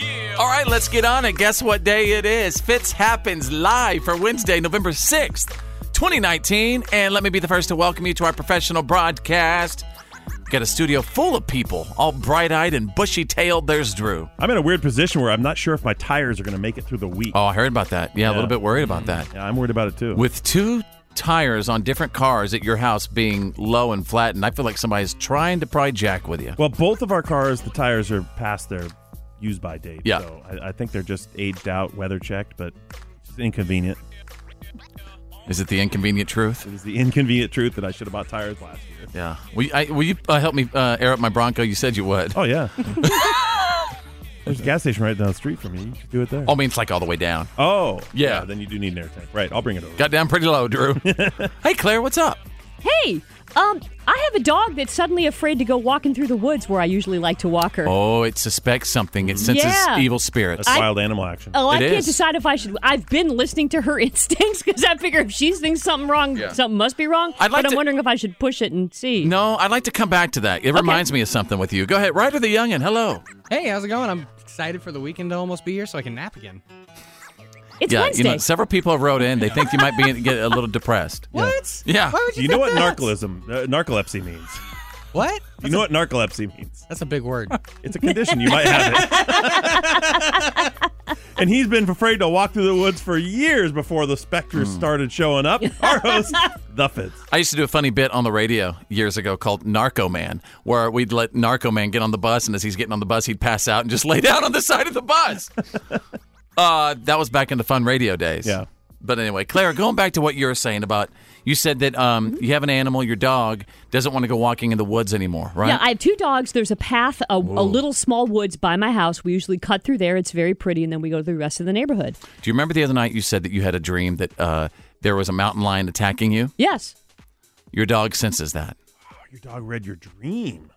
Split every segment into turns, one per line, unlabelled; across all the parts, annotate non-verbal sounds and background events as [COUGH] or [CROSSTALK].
[LAUGHS]
All right, let's get on it. Guess what day it is? Fitz happens live for Wednesday, November 6th, 2019. And let me be the first to welcome you to our professional broadcast. Got a studio full of people, all bright eyed and bushy tailed. There's Drew.
I'm in a weird position where I'm not sure if my tires are going to make it through the week.
Oh, I heard about that. Yeah, a
Yeah.
little bit worried about that.
Yeah, I'm worried about it too.
With two tires on different cars at your house being low and flattened, I feel like somebody's trying to pry jack with you.
well, both of our cars, the tires are past their use by date.
Yeah.
So I, I think they're just aged out, weather checked, but it's inconvenient.
Is it the inconvenient truth?
It is the inconvenient truth that I should have bought tires last year.
Yeah. Will you, I, will you uh, help me uh, air up my Bronco? You said you would.
Oh, yeah. There's a gas station right down the street from you. You could do it there.
Oh, I mean, it's like all the way down.
Oh,
Yeah.
Then you do need an air tank. Right. I'll bring it over.
Got down pretty
[LAUGHS]
low, Drew. hey, Claire, what's up?
Hey, um, I have a dog that's suddenly afraid to go walking through the woods where I usually like to walk her.
Oh, it suspects something. It senses
Yeah.
evil spirits.
That's wild animal action.
Oh, I
it
can't
is.
decide if I should. I've been listening to her [LAUGHS] instincts because I figure if she thinks something wrong,
Yeah.
something must be wrong.
I'd like
but I'm
to-
wondering if I should push it and see.
no, I'd like to come back to that. It reminds me of something with you. Go ahead, Ryder the Youngin. Hello.
Hey, how's it going? I'm excited for the weekend to almost be here so I can nap again.
It's
yeah,
Wednesday.
you know,
[LAUGHS]
several people have wrote in. They think you might be get a little depressed.
What?
Yeah.
Why would
Do
you
you know
think
what
that?
narcolism, uh, narcolepsy means?
What?
Do you know what narcolepsy means?
That's a big word.
It's a condition. You might have
[LAUGHS]
it. and he's been afraid to walk through the woods for years before the specters
Hmm.
started showing
[LAUGHS]
up. Our host, The Fitz.
I used to do a funny bit on the radio years ago called Narco Man, where we'd let Narco Man get on the bus, and as he's getting on the bus, he'd pass out and just lay down on the side of the bus. uh, that was back in the fun radio days.
Yeah.
But anyway, Claire, going back to what you were saying about you said that um,
Mm-hmm.
you have an animal, your dog doesn't want to go walking in the woods anymore, right?
Yeah, I have two dogs. There's a path, a, a little small woods by my house. We usually cut through there. It's very pretty, and then we go to the rest of the neighborhood.
Do you remember the other night you said that you had a dream that uh, there was a mountain lion attacking you?
Yes.
Your dog senses that.
Your dog read your dream.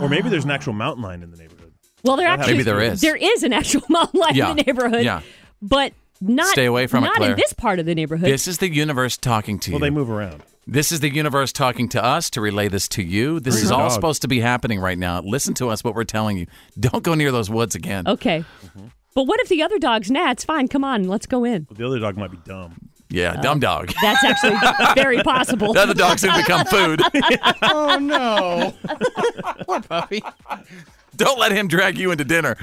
Or maybe there's an
Oh.
actual mountain lion in the neighborhood.
Well, there
happens.
actually
Maybe there is.
There is an actual [LAUGHS] mountain lion
Yeah.
in the neighborhood.
Yeah.
But not
Stay away from it,
not
Claire.
in this part of the neighborhood.
This is the universe talking to you.
Well, they move around.
This is the universe talking to us to relay this to you. This
Free
is
the
all
dog.
supposed to be happening right now. Listen to us, what we're telling you. Don't go near those woods again.
Okay. But what if the other dog's nah? It's fine. Come on, let's go in.
But the other dog might be dumb.
Yeah, dumb dog.
Uh,
[LAUGHS]
That's actually very possible.
The other dog's going to become food.
[LAUGHS] oh [LAUGHS] no. Poor puppy.
Don't let him drag you into dinner.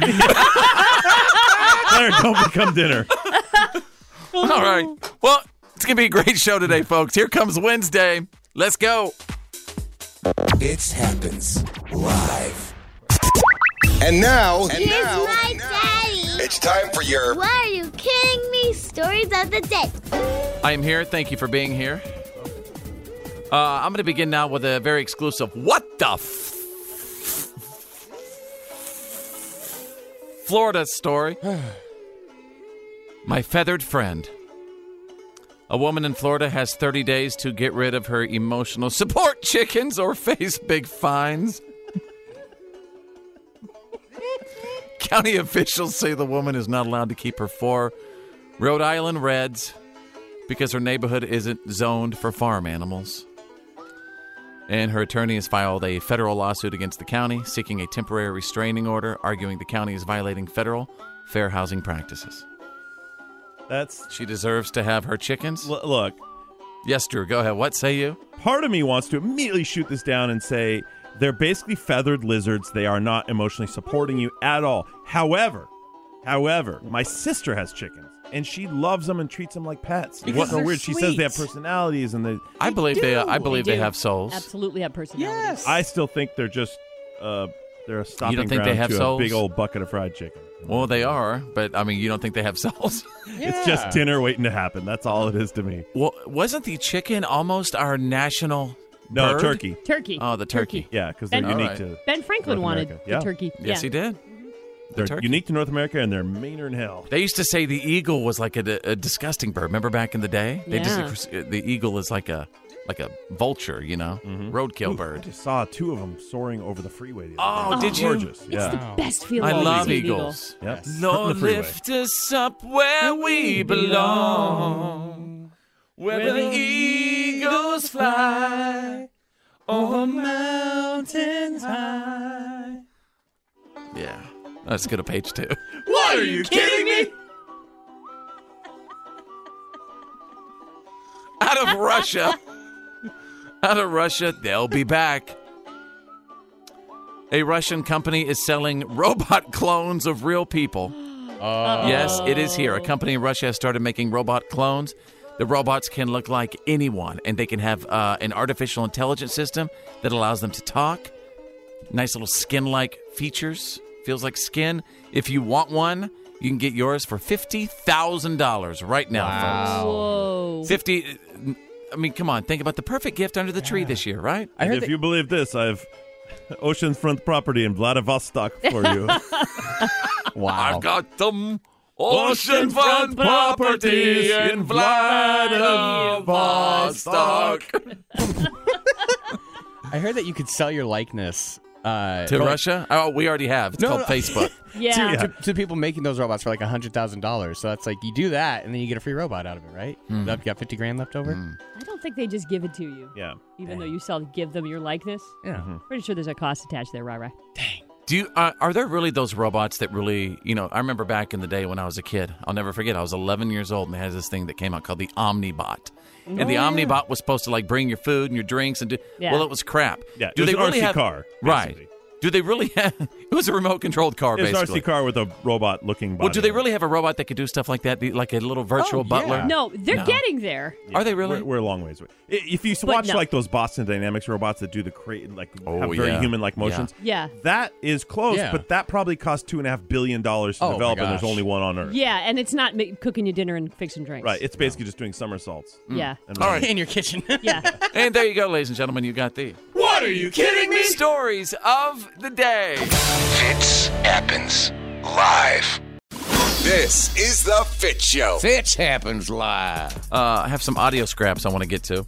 Claire, don't become dinner.
All right. Well, it's going to be a great show today, folks. Here comes Wednesday. Let's go.
It happens live.
And now,
Here's my daddy.
it's time Oh, for your
Why are you kidding me? Stories of the day.
I am here. Thank you for being here. Uh, I'm going to begin now with a very exclusive What the f- Florida story. My feathered friend. A woman in Florida has 30 days to get rid of her emotional support [LAUGHS] chickens or face big fines. County officials say the woman is not allowed to keep her four Rhode Island Reds because her neighborhood isn't zoned for farm animals. And her attorney has filed a federal lawsuit against the county, seeking a temporary restraining order, arguing the county is violating federal fair housing practices.
That's.
She deserves to have her chickens.
L- look,
yes, Drew, go ahead. What say you?
part of me wants to immediately shoot this down and say they're basically feathered lizards. They are not emotionally supporting you at all. However, However, my sister has chickens, and she loves them and treats them like pets.
Because
It's so
they're
weird. She says they have
sweet.
personalities, and they.
I believe they.
do.
I believe
They
they,
do.
have souls.
Absolutely have personality.
Yes.
I still think they're just. Uh, they're a stopping
think they
ground
have
to
souls?
a big old bucket of fried chicken.
Well, they are, but I mean, you don't think they have
[LAUGHS]
souls?
It's just dinner waiting to happen. That's all it is to me.
well, wasn't the chicken almost our national?
No
bird?
turkey.
Turkey.
Oh, the turkey.
Yeah, because they're
Ben-
unique
Alright.
to
ben Franklin
North
wanted
America.
the
Yeah.
turkey.
Yes,
yeah.
he did.
they're
turkey.
unique to North America, and they're meaner than hell.
They used to say the eagle was like a, a disgusting bird. Remember back in the day? They just uh, the eagle is like a like a vulture, you know, roadkill
Mm-hmm. Ooh, I
bird.
just saw two of them soaring over the freeway. The
Oh,
other day.
did you?
Gorgeous.
It's
yeah.
the best feeling.
I
to
love
see an eagle.
eagles.
Yep.
Lord,
The freeway.
lift us up where we belong, where the eagles fly over mountains high. Yeah, let's go to page two. What are you kidding me? Out of Russia, out of Russia, they'll be back. A Russian company is selling robot [LAUGHS] clones of real people. Yes, it is here. A company in Russia has started making robot clones. The robots can look like anyone, and they can have uh, an artificial intelligence system that allows them to talk. Nice little skin like features. Feels like skin. If you want one, you can get yours for $50,000 right now,
Whoa.
folks. 50 uh, I mean, come on. Think about the perfect gift under the tree this year, right?
I heard
if
that-
you believe this, I've oceanfront property in Vladivostok [LAUGHS] for you.
[LAUGHS]
[LAUGHS]
I've got them
oceanfront property in
Vladivostok.
I heard that you could sell your likeness uh,
To
for, like,
Russia? Oh, we already have. It's
No,
called
no. [LAUGHS]
Facebook.
Yeah.
to, to people making those robots for like hundred thousand dollars. So that's like you do that, and then you get a free robot out of it, right?
Hmm.
You've got fifty grand left over.
I don't think they just give it to you,
yeah.
even though you sell give them your likeness.
Yeah.
Mm-hmm.
Pretty sure there's a cost attached there, right? Right.
Do you, uh, are there really those robots that really, you know, I remember back in the day when I was a kid, I'll never forget, I was 11 years old and they had this thing that came out called the Omnibot. And the Omnibot was supposed to like bring your food and your drinks and do,
Oh, Yeah.
well, it was crap.
Yeah,
do
it was
they
an
really
RC
have,
car,
Right.
basically.
Do they really [LAUGHS] have, it was a remote controlled car,
It's an
basically.
RC car with a robot looking body.
Well, do they
on it.
really have a robot that could do stuff like that, The- like a little virtual
Oh, yeah.
butler?
No, they're
No.
getting there.
Are they really?
We're, we're a long ways away. I- If you watch
no.
like those Boston Dynamics robots that do the crate, like
Oh,
have very
yeah.
human-like
Yeah.
motions,
Yeah.
that is close.
Yeah.
But that probably cost two and a half billion dollars to
Oh, my
develop, and there's
gosh.
only one on Earth.
Yeah, and it's not ma- cooking you dinner and fixing drinks.
Right. It's basically just doing somersaults.
yeah.
Mm. And
All right.
In your kitchen.
Yeah.
[LAUGHS] And there you go, ladies and gentlemen. You got the. What are you kidding me? Stories of the day.
Fitz happens live. This is the Fit Show.
Fitch happens live.
Uh, I have some audio scraps I want to get to.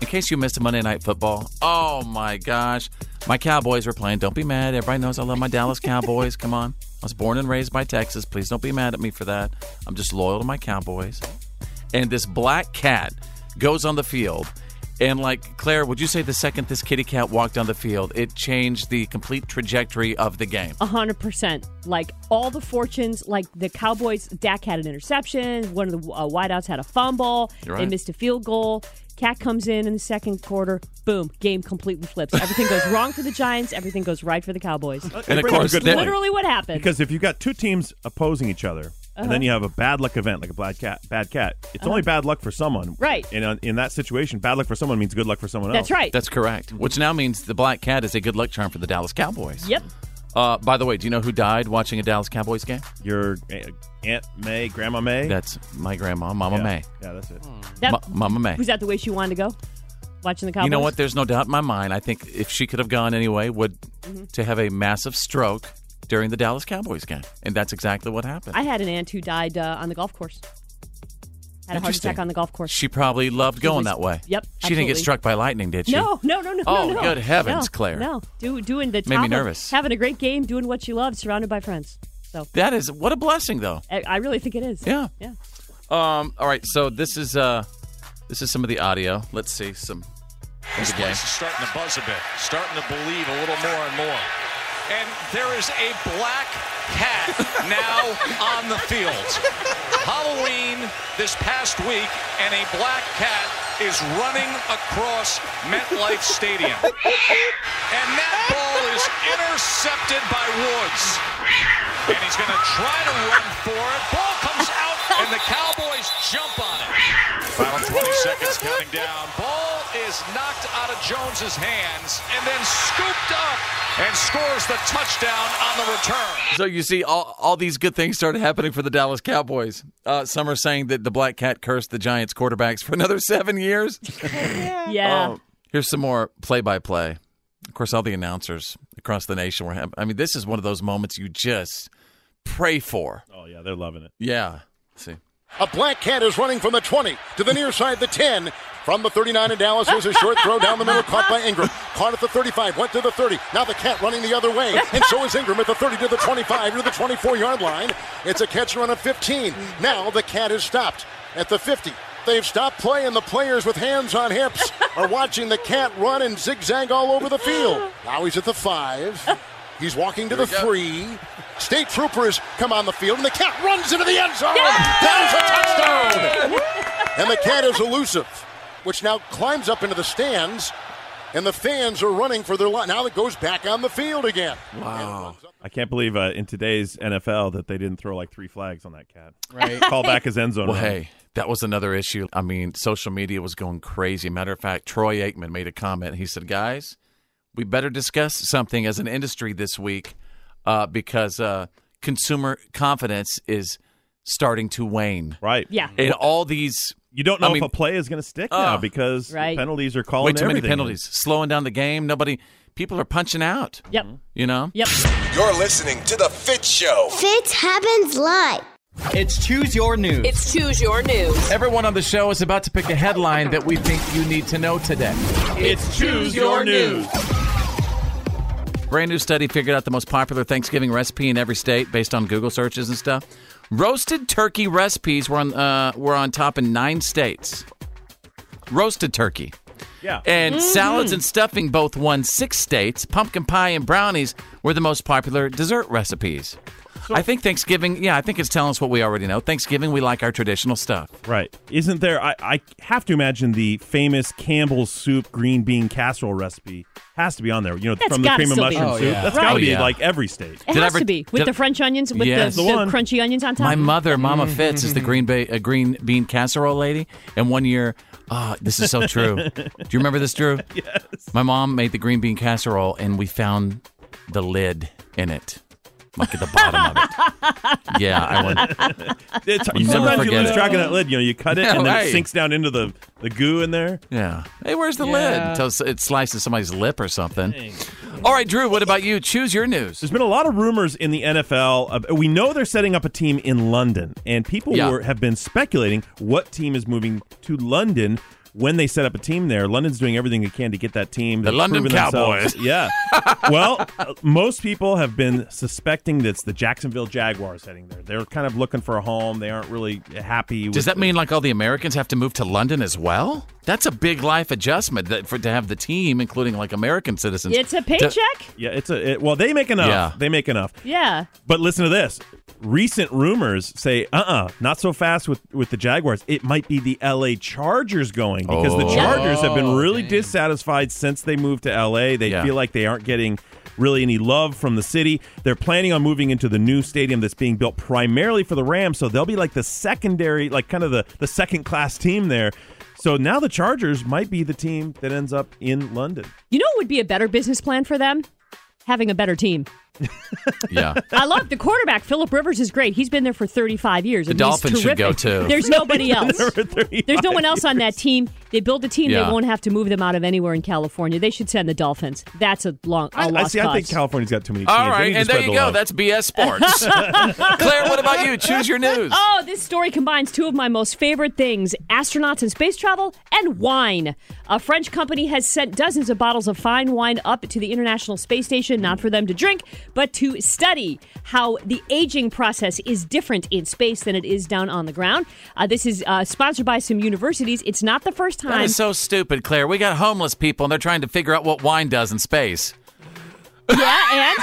In case you missed Monday Night Football, oh my gosh. My Cowboys were playing. Don't be mad. Everybody knows I love my Dallas Cowboys. Come on. I was born and raised by Texas. Please don't be mad at me for that. I'm just loyal to my Cowboys. And this black cat goes on the field. And like Claire, would you say the second this kitty cat walked on the field, it changed the complete trajectory of the game?
A hundred percent. Like all the fortunes, like the Cowboys, Dak had an interception. One of the uh, wideouts had a fumble.
You're
They
right.
missed a field goal. Cat comes in in the second quarter. Boom. Game completely flips. Everything goes wrong for the Giants. Everything goes right for the Cowboys.
And of
brings up a
course,
Uh, good
that-
point.
Literally, what happened? Uh-huh.
Because if you've got two teams opposing each other, and then you have a bad luck event like a bad cat, bad cat, it's only bad luck for someone,
Right.
And on, in that situation, bad luck for someone means good luck for someone else.
That's right.
That's correct. Which now means the black cat is a good luck charm for the Dallas Cowboys.
yep.
Uh, by the way, do you know who died watching a Dallas Cowboys game?
Your uh, Aunt May, Grandma May.
That's my grandma, Mama
yeah.
May.
Yeah, that's it.
Hmm. That
Ma- Mama May.
was that the way she wanted to go. Watching the Cowboys.
You know what? There's no doubt in my mind. I think if she could have gone anyway, would
Mm-hmm.
to have a massive stroke during the Dallas Cowboys game, and that's exactly what happened.
I had an aunt who died uh, on the golf course. Had a heart
Interesting.
attack on the golf course.
she probably loved going
was-
that way.
Yep,
She didn't get
absolutely.
struck by lightning, did she?
No, no, no, no.
Oh,
no, no.
good heavens,
No,
Claire.
No, Do, doing the top
me
of
nervous.
having a great game, doing what you love, surrounded by friends. So
That is what a blessing, though.
I, I really think it is.
Yeah.
yeah.
Um. All right. So this is uh, this is some of the audio. Let's see some. This
starting to buzz a bit, starting to believe a little more and more. And there is a black cat now on the field. Halloween this past week, and a black cat is running across MetLife Stadium. And that ball is intercepted by Woods. and he's going to try to run for it. Ball comes out, and the Cowboys jump on it. Final 20 seconds counting down. Ball is knocked out of Jones's hands and then scooped up and scores the touchdown on the return.
So you see, all, all these good things started happening for the Dallas Cowboys. Uh, some are saying that the Black Cat cursed the Giants quarterbacks for another
[LAUGHS]
seven years.
Yeah.
Um, here's some more play by play. Of course, all the announcers across the nation were happy. I mean, this is one of those moments you just pray for.
Oh yeah, they're loving it.
Yeah. Let's see.
A black cat is running from the 20 to the near side, the 10. From the 39 in Dallas, there's a short throw down the middle, caught by Ingram. Caught at the 35, went to the 30. Now the cat running the other way. And so is Ingram at the 30 to the 25 to the 24 yard line. It's a catch and run of 15. Now the cat is stopped at the 50. They've stopped play, and the players with hands on hips are watching the cat run and zigzag all over the field. Now he's at the 5. He's walking to the 3. State troopers come on the field, and the cat runs into the end zone. Down for touchdown. and the cat is elusive, which now climbs up into the stands, and the fans are running for their life. Now it goes back on the field again.
Wow. I can't believe uh, in today's NFL that they didn't throw like three flags on that cat.
Right.
Call back his end zone.
Well,
run.
hey, that was another issue. I mean, social media was going crazy. Matter of fact, Troy Aikman made a comment. He said, "Guys, we better discuss something as an industry this week uh, because uh, consumer confidence is starting to wane."
Right.
Yeah.
And all these,
You don't know
I mean,
if a play is going to stick
Uh,
now because the
Right.
penalties are calling
way too many
everything.
penalties, slowing down the game. Nobody, people are punching out.
Yep.
You know.
Yep.
You're listening to The Fit Show.
Fitz happens live.
It's Choose Your News.
It's Choose Your News.
Everyone on the show is about to pick a headline that we think you need to know today.
It's choose
your news. Brand new study figured out the most popular Thanksgiving recipe in every state based on Google searches and stuff. Roasted turkey recipes were on uh, were on top in nine states. Roasted turkey
Yeah.
Mm-hmm.
and
Mm-hmm.
salads and stuffing both won six states. Pumpkin pie and brownies were the most popular dessert recipes. I think Thanksgiving, yeah, I think it's telling us what we already know. Thanksgiving, we like our traditional stuff.
Right. Isn't there? I, I have to imagine the famous Campbell's soup green bean casserole recipe has to be on there. You know,
That's
from the
gotta
cream of
still be
mushroom
on
soup.
there. Oh, yeah.
That's got to
Right.
be
Oh, yeah.
like every state.
It
Did I
has
ever-
to be with
did-
the French onions with
Yes.
the,
The Mm-hmm.
the
one.
crunchy onions on top.
My mother, Mama
Mm-hmm.
Fitz, is the green ba- uh, green bean casserole lady. And one year, ah, this is so true. Do you remember
[LAUGHS]
this, Drew? Yes. My mom made the green bean casserole, and we found the lid in it, like at the bottom of
[LAUGHS]
it. Yeah, I went.
It's,
We'll never
sometimes you
forget
lose
it.
track of that lid. You know, you cut it
Yeah,
and then
right.
it sinks down into the, the goo in there.
Yeah. Hey, where's the
Yeah.
lid? Until s- it slices somebody's lip or something. All right, Drew. What about you? Choose your news.
There's been a lot of rumors in the NFL. Of, we know they're setting up a team in London, and people
Yeah.
were, have been speculating what team is moving to London when they set up a team there. London's doing everything they can to get that team.
The
They've
London
proven themselves-
Cowboys.
[LAUGHS] Yeah. well, uh, most people have been suspecting that's the Jacksonville Jaguars heading there. They're kind of looking for a home. They aren't really happy.
Does
with
that mean like all the Americans have to move to London as well? That's a big life adjustment that, for to have the team, including like American citizens.
It's a
to-
paycheck.
Yeah, it's a it, well. They make enough.
Yeah.
They make enough.
yeah.
But listen to this. Recent rumors say, uh uh not so fast with, with the Jaguars. It might be the LA Chargers going because the
Oh.
Chargers have been
Oh,
really
dang.
dissatisfied since they moved to LA. They
Yeah.
feel like they aren't getting really any love from the city. They're planning on moving into the new stadium that's being built primarily for the Rams. So they'll be like the secondary, like kind of the, the second class team there. So now the Chargers might be the team that ends up in London.
You know what would be a better business plan for them? Having a better team.
Yeah.
I love the quarterback. Philip Rivers is great. He's been there for 35 years. The
Dolphins should go, too.
There's nobody else.
For 35
There's no one else on that team. They build a team.
Yeah.
They won't have to move them out of anywhere in California. They should send the Dolphins. That's a long, a
I, I
lost
see. I think
cause.
California's got too many teams.
All
They
right,
need to
and there
spread
you
the
go.
love.
That's BS [LAUGHS] Sports.
[LAUGHS]
Claire, what about you? Choose your news.
Oh, this story combines two of my most favorite things astronauts and space travel and wine. A French company has sent dozens of bottles of fine wine up to the International Space Station, not for them to drink, but to study how the aging process is different in space than it is down on the ground. Uh, this is uh, sponsored by some universities. It's not the first
That
time.
is so stupid, Claire. We got homeless people, and they're trying to figure out what wine does in space.
Yeah,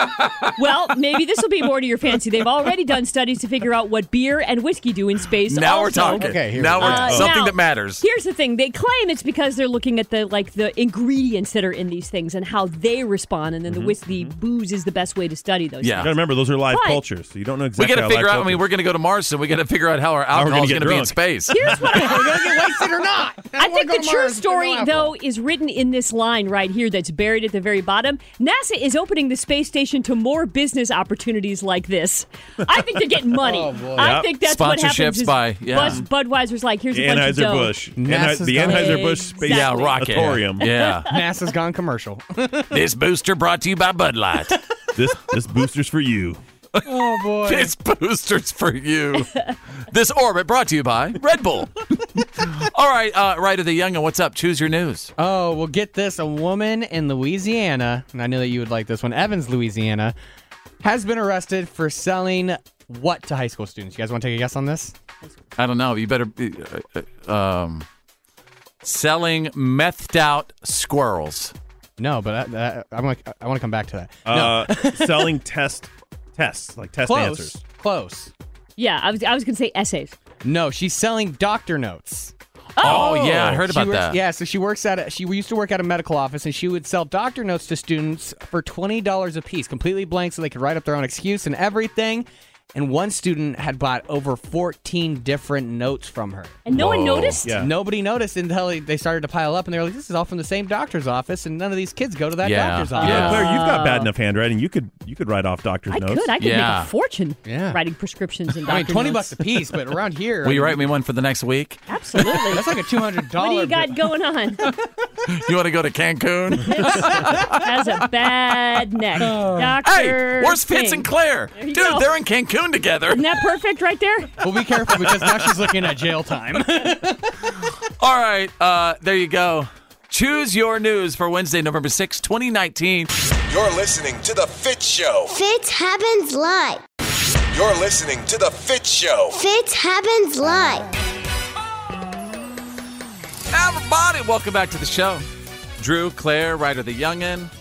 and well, maybe this will be more to your fancy. They've already done studies to figure out what beer and whiskey do in space.
Now we're
also. Uh,
talking. Okay, here Now we go. we're- something that matters.
Here's the thing: they claim it's because they're looking at the like the ingredients that are in these things and how they respond, and then the whiskey booze is the best way to study those.
Mm-hmm. Yeah.
Gotta remember those are live
But-
cultures, so you don't know
We
exactly.
got to
how
figure
live
out. I mean, we're going to go to Mars, and we got to figure out how our
How we're gonna
alcohol is
get
going to be in
drunk.
space.
Here's what I
We're gonna get wasted or not?
[LAUGHS] I think
wanna
the
go to
true
Mars with
story,
no apple.
though, is written in this line right here that's buried at the very bottom. NASA is opening the space station to more business opportunities like this. I think they're
[LAUGHS]
getting money.
Oh, boy.
I
Yep.
think that's what happens.
Sponsorships
is
by- yeah.
Buzz- Budweiser's like, here's a bunch of dough.
Anheuser-Busch. NASA's Anhe- the gone- Anheuser-Busch Space
Yeah, rocket.
Auditorium.
[LAUGHS]
Yeah.
NASA's gone commercial.
[LAUGHS]
this booster brought to you by Bud Light.
this this booster's for you.
[LAUGHS] Oh boy.
this booster's for
[LAUGHS]
you. this orbit brought to you by Red Bull. All right, uh, right of the young and what's up? Choose your news.
Oh, well, get this. A woman in Louisiana, and I knew that you would like this one, Evans, Louisiana, has been arrested for selling what to high school students? You guys want to take a guess on this?
I don't know. You better be, uh, uh, um, selling methed out squirrels.
No, but I, I, I'm like, I want to come back to that.
Uh,
[LAUGHS]
selling test tests like test
Close.
answers.
Close.
Yeah, I was, I was going to say essays.
No, she's selling doctor notes.
Oh, yeah, I
She
heard about
works-
that.
Yeah, so she works at a, she used to work at a medical office, and she would sell doctor notes to students for twenty dollars a piece, completely blank, so they could write up their own excuse and everything. And one student had bought over fourteen different notes from her,
And no one Whoa. noticed? Yeah.
Nobody noticed until they- they started to pile up, and they were like, "This is all from the same doctor's office, and none of these kids go to that
yeah.
doctor's office."
Claire, you've got bad enough handwriting. You could you could write off doctor's
I
notes.
could. I could make a fortune writing prescriptions and
I mean,
doctor
twenty
notes.
bucks a piece, but around here,
Will you write me one for the next
[LAUGHS]
week?
Absolutely.
That's like a two hundred
What do
dollar.
you got going on?
[LAUGHS]
You want to go to
[LAUGHS]
Cancun? [LAUGHS]
Has a bad neck. Doctor.
hey, where's Fitz
King.
and Claire?
There you
Dude,
go.
they're in Cancun together.
[LAUGHS] Isn't that perfect right
[LAUGHS]
there?
Well, be careful because now [LAUGHS] she's looking at jail
[LAUGHS]
time.
All right, uh, there you go. Choose your news for Wednesday, November 6, 2019.
You're listening to The Fit Show.
Fitz happens live.
You're listening to The Fit Show.
Fitz happens live.
Everybody, welcome back to the show. Drew, Claire, Ryder the Youngin.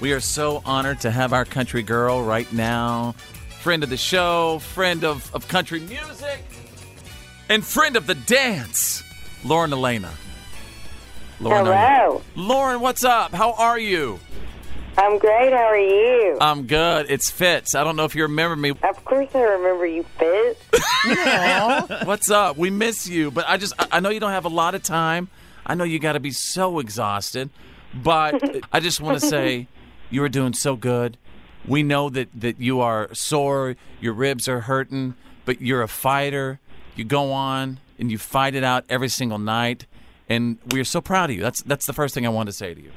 We are so honored to have our country girl right now. Friend of the show, friend of, of country music, and friend of the dance, Lauren Elena. Lauren, are you-
Hello.
Lauren, what's up? How are you?
I'm great. How are you?
I'm good. It's Fitz. I don't know if you remember me.
Of course, I remember you, Fitz.
What's up? We miss you, but I just I I know you don't have a lot of time. I know you got to be so exhausted, but I just want
[LAUGHS]
to say you are doing so good. We know that that you are sore, your ribs are hurting, but you're a fighter. You go on and you fight it out every single night, and we're so proud of you. That's that's the first thing I want to say to you.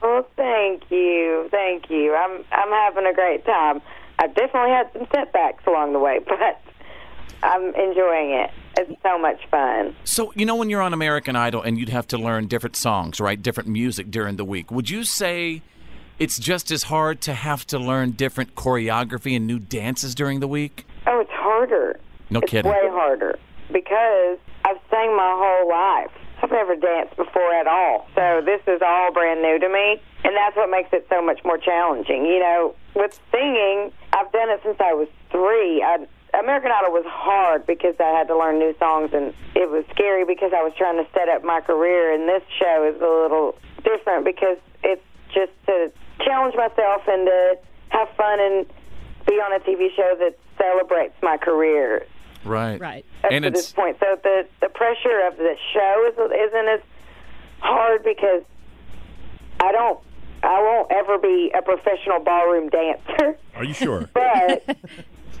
Well, Oh, thank you, thank you. I'm I'm having a great time. I definitely had some setbacks along the way, [LAUGHS] but I'm enjoying it. It's so much fun.
So, you know, when you're on American Idol and you'd have to learn different songs, right? Different music during the week, would you say it's just as hard to have to learn different choreography and new dances during the week?
Oh, it's harder.
No
it's
kidding.
Way harder because I've sang my whole life. I've never danced before at all, so this is all brand new to me, and that's what makes it so much more challenging. You know, with singing, I've done it since I was three. I, American Idol was hard because I had to learn new songs, and it was scary because I was trying to set up my career. And this show is a little different because it's just to challenge myself and to have fun and be on a TV show that celebrates my career
Right.
Right.
up
And
to this
it's
point. So the the pressure of the show is, isn't as hard because I don't I won't ever be a professional ballroom dancer, [LAUGHS]
Are you
[LAUGHS]
sure?
but
[LAUGHS]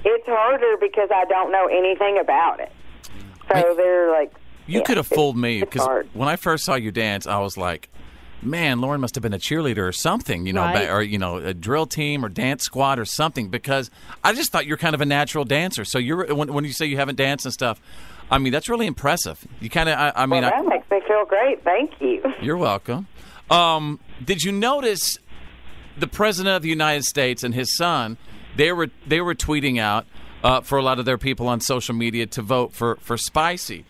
it's harder because I don't know anything about it. So they're like,
you could have fooled me because
hard.
when I first saw you dance, I was like, man, Lauren must have been a cheerleader or something, you know,
Right.
ba- or you know, a drill team or dance squad or something because I just thought you're kind of a natural dancer. So you're when, when you say you haven't danced and stuff, I mean that's really impressive. You kind of, I, I mean,
well,
I,
that makes me feel great. Thank you.
You're welcome. [LAUGHS] Um, did you notice the president of the United States and his son? They were they were tweeting out uh, for a lot of their people on social media to vote for for spicy.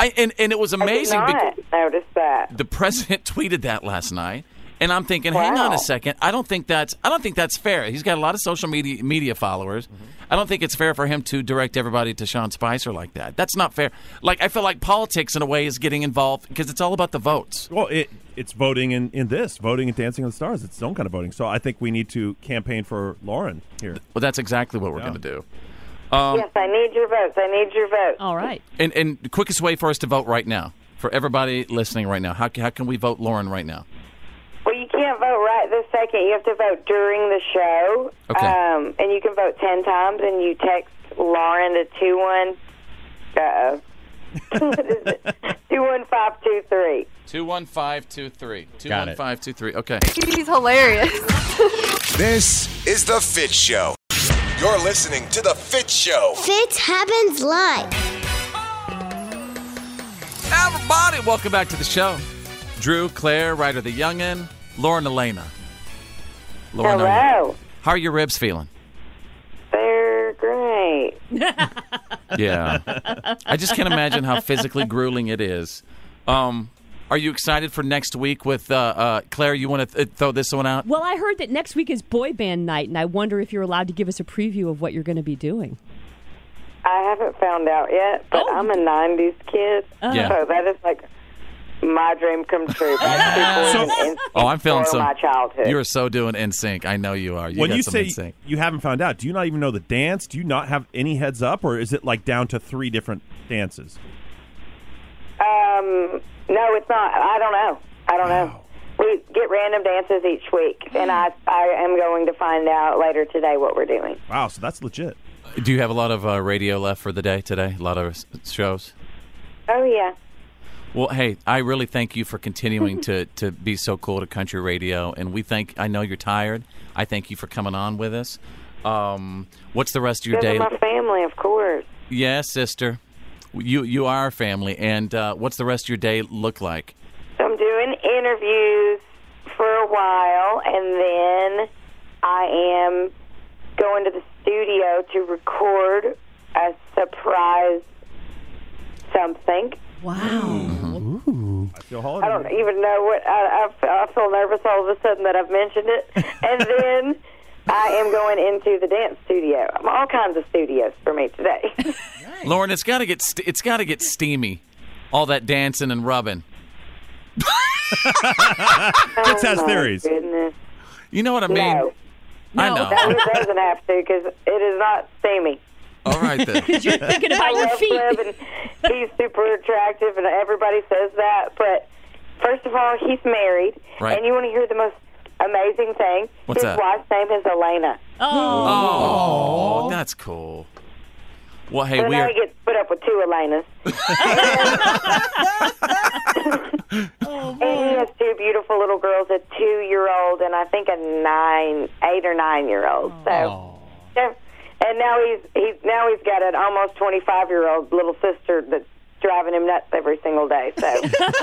I, and and it was amazing.
I
because
did not notice that.
[LAUGHS] the president tweeted that last night, And I'm thinking, hang on a second. I don't think that's I don't think that's fair. He's got a lot of social media media followers. I don't think it's fair for him to direct everybody to Sean Spicer like that. That's not fair. Like I feel like politics in a way is getting involved because it's all about the votes.
Well, it it's voting in, in this, voting and Dancing on the Stars. It's its own kind of voting. So I think we need to campaign for Lauren here.
Well, that's exactly what we're going to do.
yes, I need your votes. I need your votes.
All right.
And and the quickest way for us to vote right now for everybody listening right now. How ca- how can we vote Lauren right now?
Well, you can't vote right this second. You have to vote during the show.
Okay.
Um, and you can vote 10 times, and you text Lauren to 21. [LAUGHS] Uh,
[LAUGHS]
21523.
Two one five two three. Two
Got
one
it.
five two three. Okay.
He's hilarious.
This is The Fit Show. You're listening to The Fit Show.
Fits happens live.
Everybody, welcome back to the show. Drew, Claire, Ryder the Youngin, Lauren Elena. Lauren
Hello.
How are your ribs feeling?
They're great.
Yeah. I just can't imagine how physically grueling it is. Um, are you excited for next week with uh, uh, Claire? You want to th- throw this one out?
Well, I heard that next week is boy band night, and I wonder if you're allowed to give us a preview of what you're going to be doing.
I haven't found out yet, but I'm a 90s kid.
Oh. Uh-huh. Yeah.
So that is like my dream
[LAUGHS]
come true. That's people in- in-
Oh, I'm feeling
spoil
so.
my childhood.
You are so doing in sync. I know you are. You
when
got
you
some
say
in sync.
you haven't found out, do you not even know the dance? Do you not have any heads up, or is it like down to three different dances?
Um, no, it's not. I don't know. I don't know. We get random dances each week,
Mm.
and I I am going to find out later today what we're doing.
Wow, so that's legit.
Do you have a lot of uh, radio left for the day today? A lot of s- shows?
Oh yeah.
Well, hey, I really thank you for continuing to, to be so cool to country radio, and we thank. I know you're tired. I thank you for coming on with us. Um, what's the rest of your
Those
day?
are my family, of course.
Yes, sister, you you are our family, and uh, what's the rest of your day look like?
So I'm doing interviews for a while, and then I am going to the studio to record a surprise something.
Mm-hmm.
I feel
I
holiday.
[LAUGHS]
don't even know what I, I, feel, I feel nervous all of a sudden that I've
[LAUGHS]
mentioned it, and then I am going into the dance studio. All kinds of studios for me today.
Lauren, it's got to get st- it's got to get steamy. All that dancing and rubbing.
Fitz has
Oh, my
theories.
Goodness.
You know what I mean?
No.
I [LAUGHS]
That
know.
it doesn't have to because it is not steamy.
All right
[LAUGHS]
then.
You're thinking
I
about your
love
feet.
Cliff, and he's super attractive, and everybody says that. But first of all, he's married,
Right.
and you want to hear the most amazing thing?
What's
His
that?
wife's name is Elena.
Oh, that's cool. Well, hey,
so
we
now
are.
he gets put up with two
[LAUGHS]
Elenas. [LAUGHS]
Oh,
and he has two beautiful little girls, a two-year-old and I think a nine, eight or nine-year-old.
Oh.
So, yeah. and now he's he's now he's got an almost twenty-five-year-old little sister that's driving him nuts every single day.
[LAUGHS]
So
Oh,
[LAUGHS]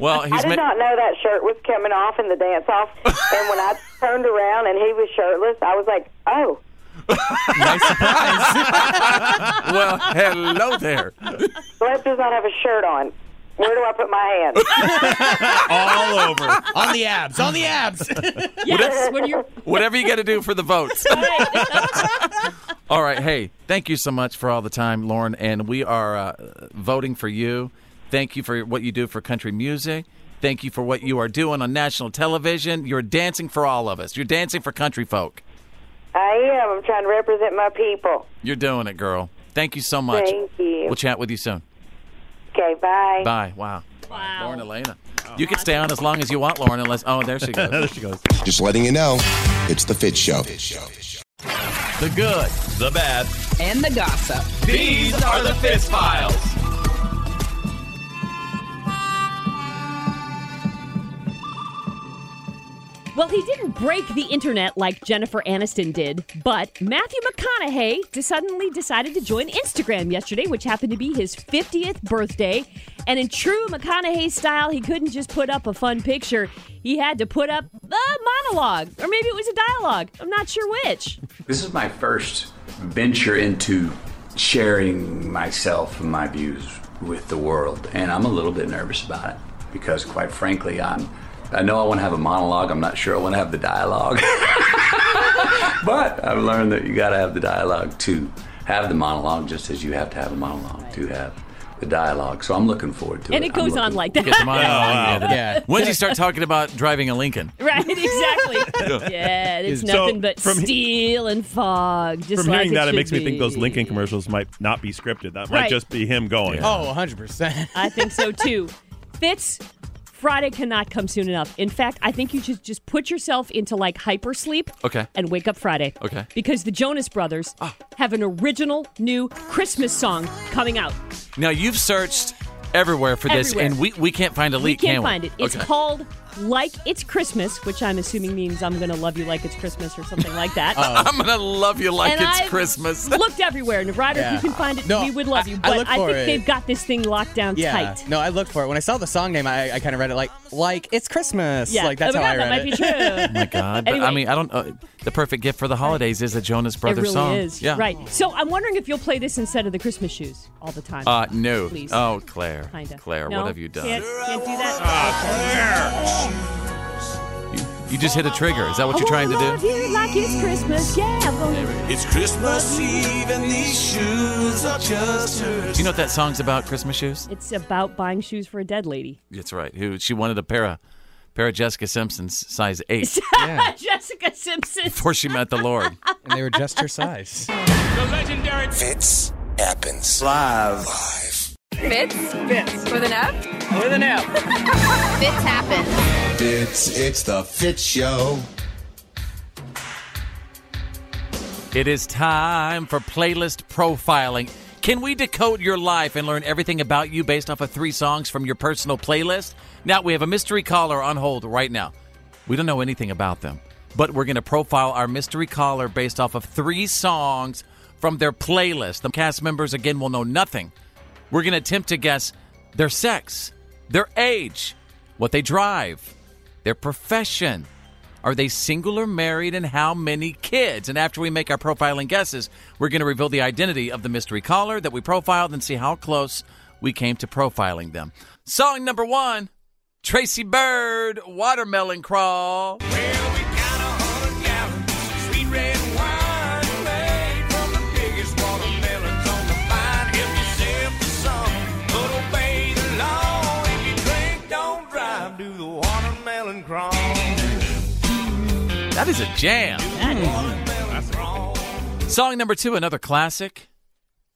Well,
I
he's
did
ma-
not know that shirt was coming off in the dance
[LAUGHS]
off, and when I turned around and he was shirtless, I was like, oh.
nice surprise. well, hello there.
Gleb does not have a shirt on. Where do I put my hands?
All over.
[LAUGHS] on the abs, on the
[LAUGHS]
abs. [LAUGHS]
Yes, when you're
Whatever you got to do for
[LAUGHS]
the votes. all right. Hey, thank you so much for all the time, Lauren. And we are uh, voting for you. Thank you for what you do for country music. Thank you for what you are doing on national television. You're dancing for all of us. You're dancing for country folk.
I am. I'm trying to represent my people.
You're doing it, girl. Thank you so much.
Thank you.
We'll chat with you soon.
Okay, bye.
Bye. Wow. Wow. Lauren Elena. You can stay on as long as you want, Lauren, unless.
[LAUGHS]
Oh, there she goes.
there she goes.
Just letting you know, it's The Fit Show.
The good.
The bad.
And the gossip.
These are the Fist Files.
Well, he didn't break the internet like Jennifer Aniston did, but Matthew McConaughey just suddenly decided to join Instagram yesterday, which happened to be his 50th birthday. And in true McConaughey style, he couldn't just put up a fun picture. He had to put up a monologue, or maybe it was a dialogue. I'm not sure which.
This is my first venture into sharing myself and my views with the world, and I'm a little bit nervous about it because, quite frankly, I'm I know I want to have a monologue. I'm not sure I want to have the dialogue. [LAUGHS] but I've learned that you got to have the dialogue to have the monologue, just as you have to have a monologue to have the dialogue. So I'm looking forward to it.
And it
I'm
goes on
looking-
like that.
Get the monologue.
[LAUGHS]
Yeah.
yeah. When'd you start talking about driving a Lincoln?
[LAUGHS] Right, exactly. yeah, it's
So,
nothing but
from he-
steel and fog. Just
From
like
hearing that, it
should
makes me think
be.
those Lincoln commercials might not be scripted. That
Right.
might just be him going.
Oh, 100%.
I think so too. Fitz, Friday cannot come soon enough. In fact, I think you should just put yourself into like hypersleep
Okay.
and wake up Friday.
[LAUGHS]
Okay. Ah.
Because the Jonas Brothers have an original new Christmas song coming out.
Now you've searched everywhere for this,
Everywhere.
and we, we can't find a leak.
we can't
can we?
find it. It's
Okay.
called Like It's Christmas, which I'm assuming means I'm going to love you like it's Christmas or something
[LAUGHS]
like that.
Uh, I'm gonna love you like
And
it's
I've
Christmas.
[LAUGHS] Looked everywhere, and Ryder,
Yeah.
if you can find it,
No,
we would love you.
I
But
looked
I,
for
think
it.
they've got this thing locked down
Yeah.
tight.
No, I looked for it. When I saw the song name, I, I kind of read it like, like, it's Christmas.
Yeah.
Like, that's
oh my
how
God,
I read
that
it.
might
[LAUGHS]
Oh [LAUGHS]
be true.
my God! But, I
Anyway.
mean, I don't. Uh, the perfect gift for the holidays is a Jonas Brothers
it really
song.
is.
Yeah.
Right. So I'm wondering if you'll play this instead of the Christmas shoes all the time.
Uh, no.
Please.
Oh, Claire.
Kinda.
Claire,
No?
what have you done?
Can't, can't do that.
You just hit a trigger. Is that what
I
you're trying to
wanna love
do?
you like it's Christmas. Oh, Yeah. I'm gonna-
It's Christmas Eve and these shoes are just
Do you know what that song's about? Christmas shoes.
It's about buying shoes for a dead lady.
That's right. Who she wanted a pair of pair of Jessica Simpson's size
[LAUGHS]
eight
Jessica Simpson.
before she met the Lord.
And they were just her size.
The legendary
Fits happens live.
Fitz? Fitz. With an F?
With an F.
[LAUGHS] Fitz happens.
Fits, it's the Fit Show.
It is time for playlist profiling. Can we decode your life and learn everything about you based off of three songs from your personal playlist? Now, we have a mystery caller on hold right now. We don't know anything about them, but we're going to profile our mystery caller based off of three songs from their playlist. The cast members, again, will know nothing. We're going to attempt to guess their sex, their age, what they drive, their profession. Are they single or married, and how many kids? And after we make our profiling guesses, we're going to reveal the identity of the mystery caller that we profiled and see how close we came to profiling them. Song number one Tracy Bird, Watermelon Crawl.
sweet red wine made from the biggest watermelons on the vine. If you sip the song, but obey the law. If you drink, don't drive. Do the watermelon crawl.
That is a jam. Hmm. Song number two, another classic.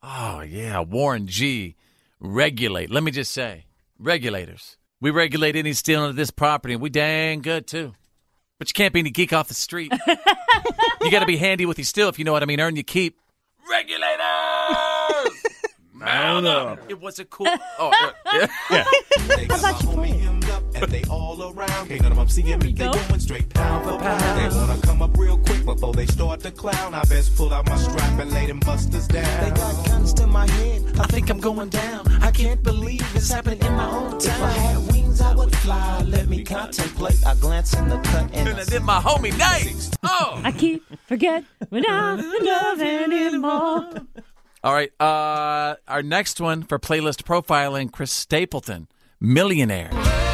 Oh, yeah, Warren G. Regulate. Let me just say, regulators. We regulate any stealing of this property, and we dang good too. But you can't be any geek off the street. you got to be handy with you still, if you know what I mean. Earn your keep.
Regulators!
Mount up. It was a cool. Oh, yeah.
How about you And they all around. Can't none of them see me. They going straight pound for pound. They wanna come up real quick before they start to clown. I best pull out my strap and lay them busters down. They got guns to my head. I think I'm going down. I can't believe this happened in my own town. If I had wings, I would fly. Let me contemplate. I glance in the cut and I
did my homie nice. Oh.
I keep forget when I'm in love anymore.
All right. Uh, our next one for playlist profiling Chris Stapleton, Millionaire.
Mm.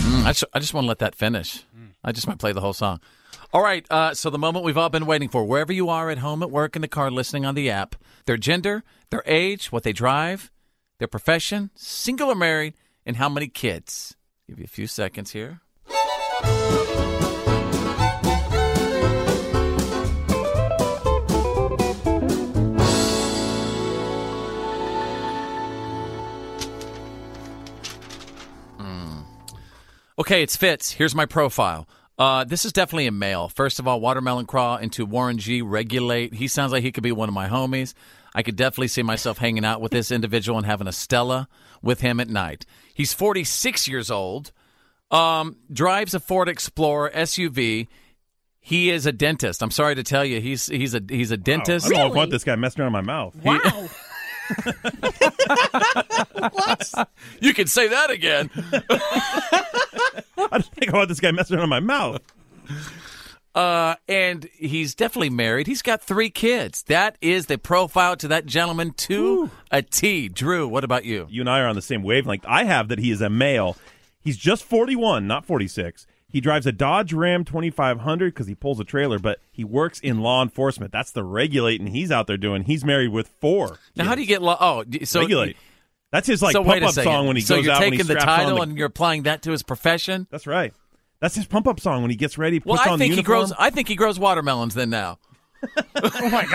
Mm, I, just, I just want to let that finish. I just want to play the whole song. All right. Uh, so the moment we've all been waiting for, wherever you are at home, at work, in the car, listening on the app, their gender, their age, what they drive, their profession, single or married, and how many kids. Give you a few seconds here. Okay, it's Fitz. Here's my profile. Uh, this is definitely a male. First of all, watermelon crawl into Warren G. Regulate. He sounds like he could be one of my homies. I could definitely see myself hanging out with this individual and having a Stella with him at night. He's 46 years old. Um, drives a Ford Explorer SUV. He is a dentist. I'm sorry to tell you, he's he's a he's a dentist.
I don't want this guy messing around my mouth.
Wow. [LAUGHS] You can say that again.
[LAUGHS] I don't think I want this guy messing around my mouth.
Uh, and he's definitely married. He's got three kids. That is the profile to that gentleman to a T. Drew, what about you?
You and I are on the same wavelength. I have that he is a male. He's just 41, not 46. He drives a Dodge Ram 2500 because he pulls a trailer, but he works in law enforcement. That's the regulating he's out there doing. He's married with four.
Now, how do you get law? Oh, d- so
Regulate. That's his like
so
pump
wait a
up
second.
song when he
so
goes
you're
out.
taking
when he
the
straps on
title
the-
and you're applying that to his profession.
That's right. That's his pump up song when he gets ready.
Well,
puts
I
on
think
the
he
uniform.
grows. I think he grows watermelons
[LAUGHS]
then now.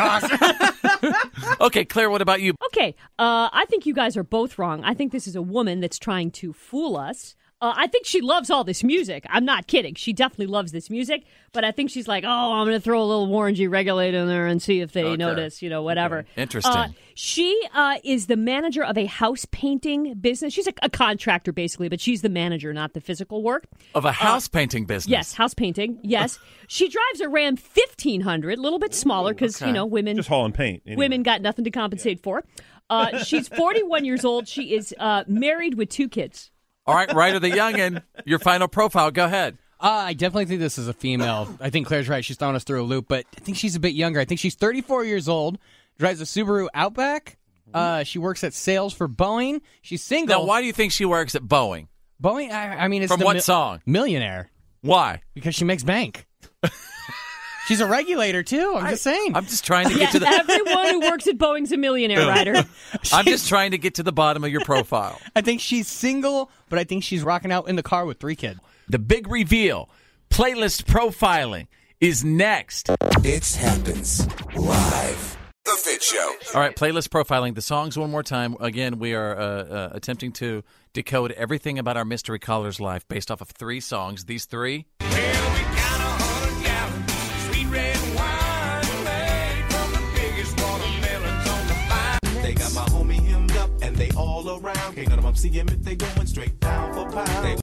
oh my gosh. [LAUGHS] okay, Claire, what about you?
Okay, uh, I think you guys are both wrong. I think this is a woman that's trying to fool us. Uh, I think she loves all this music. I'm not kidding. She definitely loves this music, but I think she's like, oh, I'm going to throw a little Warren G. Regulate in there and see if they
Okay.
notice, you know, whatever.
Interesting.
Uh, she uh, is the manager of a house painting business. She's a, a contractor, basically, but she's the manager, not the physical work.
Of a house painting business.
Yes, house painting.
[LAUGHS]
Yes. she drives a Ram 1500, a little bit smaller because,
okay.
you know, women.
just hauling paint. anyway.
Women got nothing to compensate for. Uh, she's 41 years old. She is uh, married with two kids.
All right,
[LAUGHS]
Ryder the Youngin, your final profile. Go ahead.
Uh, I definitely think this is a female. I think Claire's right. She's throwing us through a loop, but I think she's a bit younger. I think she's 34 years old, drives a Subaru Outback. Uh, she works at sales for Boeing. She's single.
Now, why do you think she works at Boeing?
Boeing, I, I mean, it's
From
the
what
mil-
song?
Millionaire.
Why?
Because she makes bank. she's a regulator, too. I'm just saying.
I'm just trying to get to the.
[LAUGHS] Everyone who works at Boeing's a millionaire, Ryder.
[LAUGHS] I'm just trying to get to the bottom of your profile.
I think she's single, but I think she's rocking out in the car with three kids.
The big reveal, playlist profiling is next. It happens live.
The Fit Show.
All right, playlist profiling the songs one more time. Again, we are uh, uh, attempting to decode everything about our mystery caller's life based off of three songs. These three.
They got my homie hemmed up and they all around. Can't none of them see him if they going straight pound for pound. They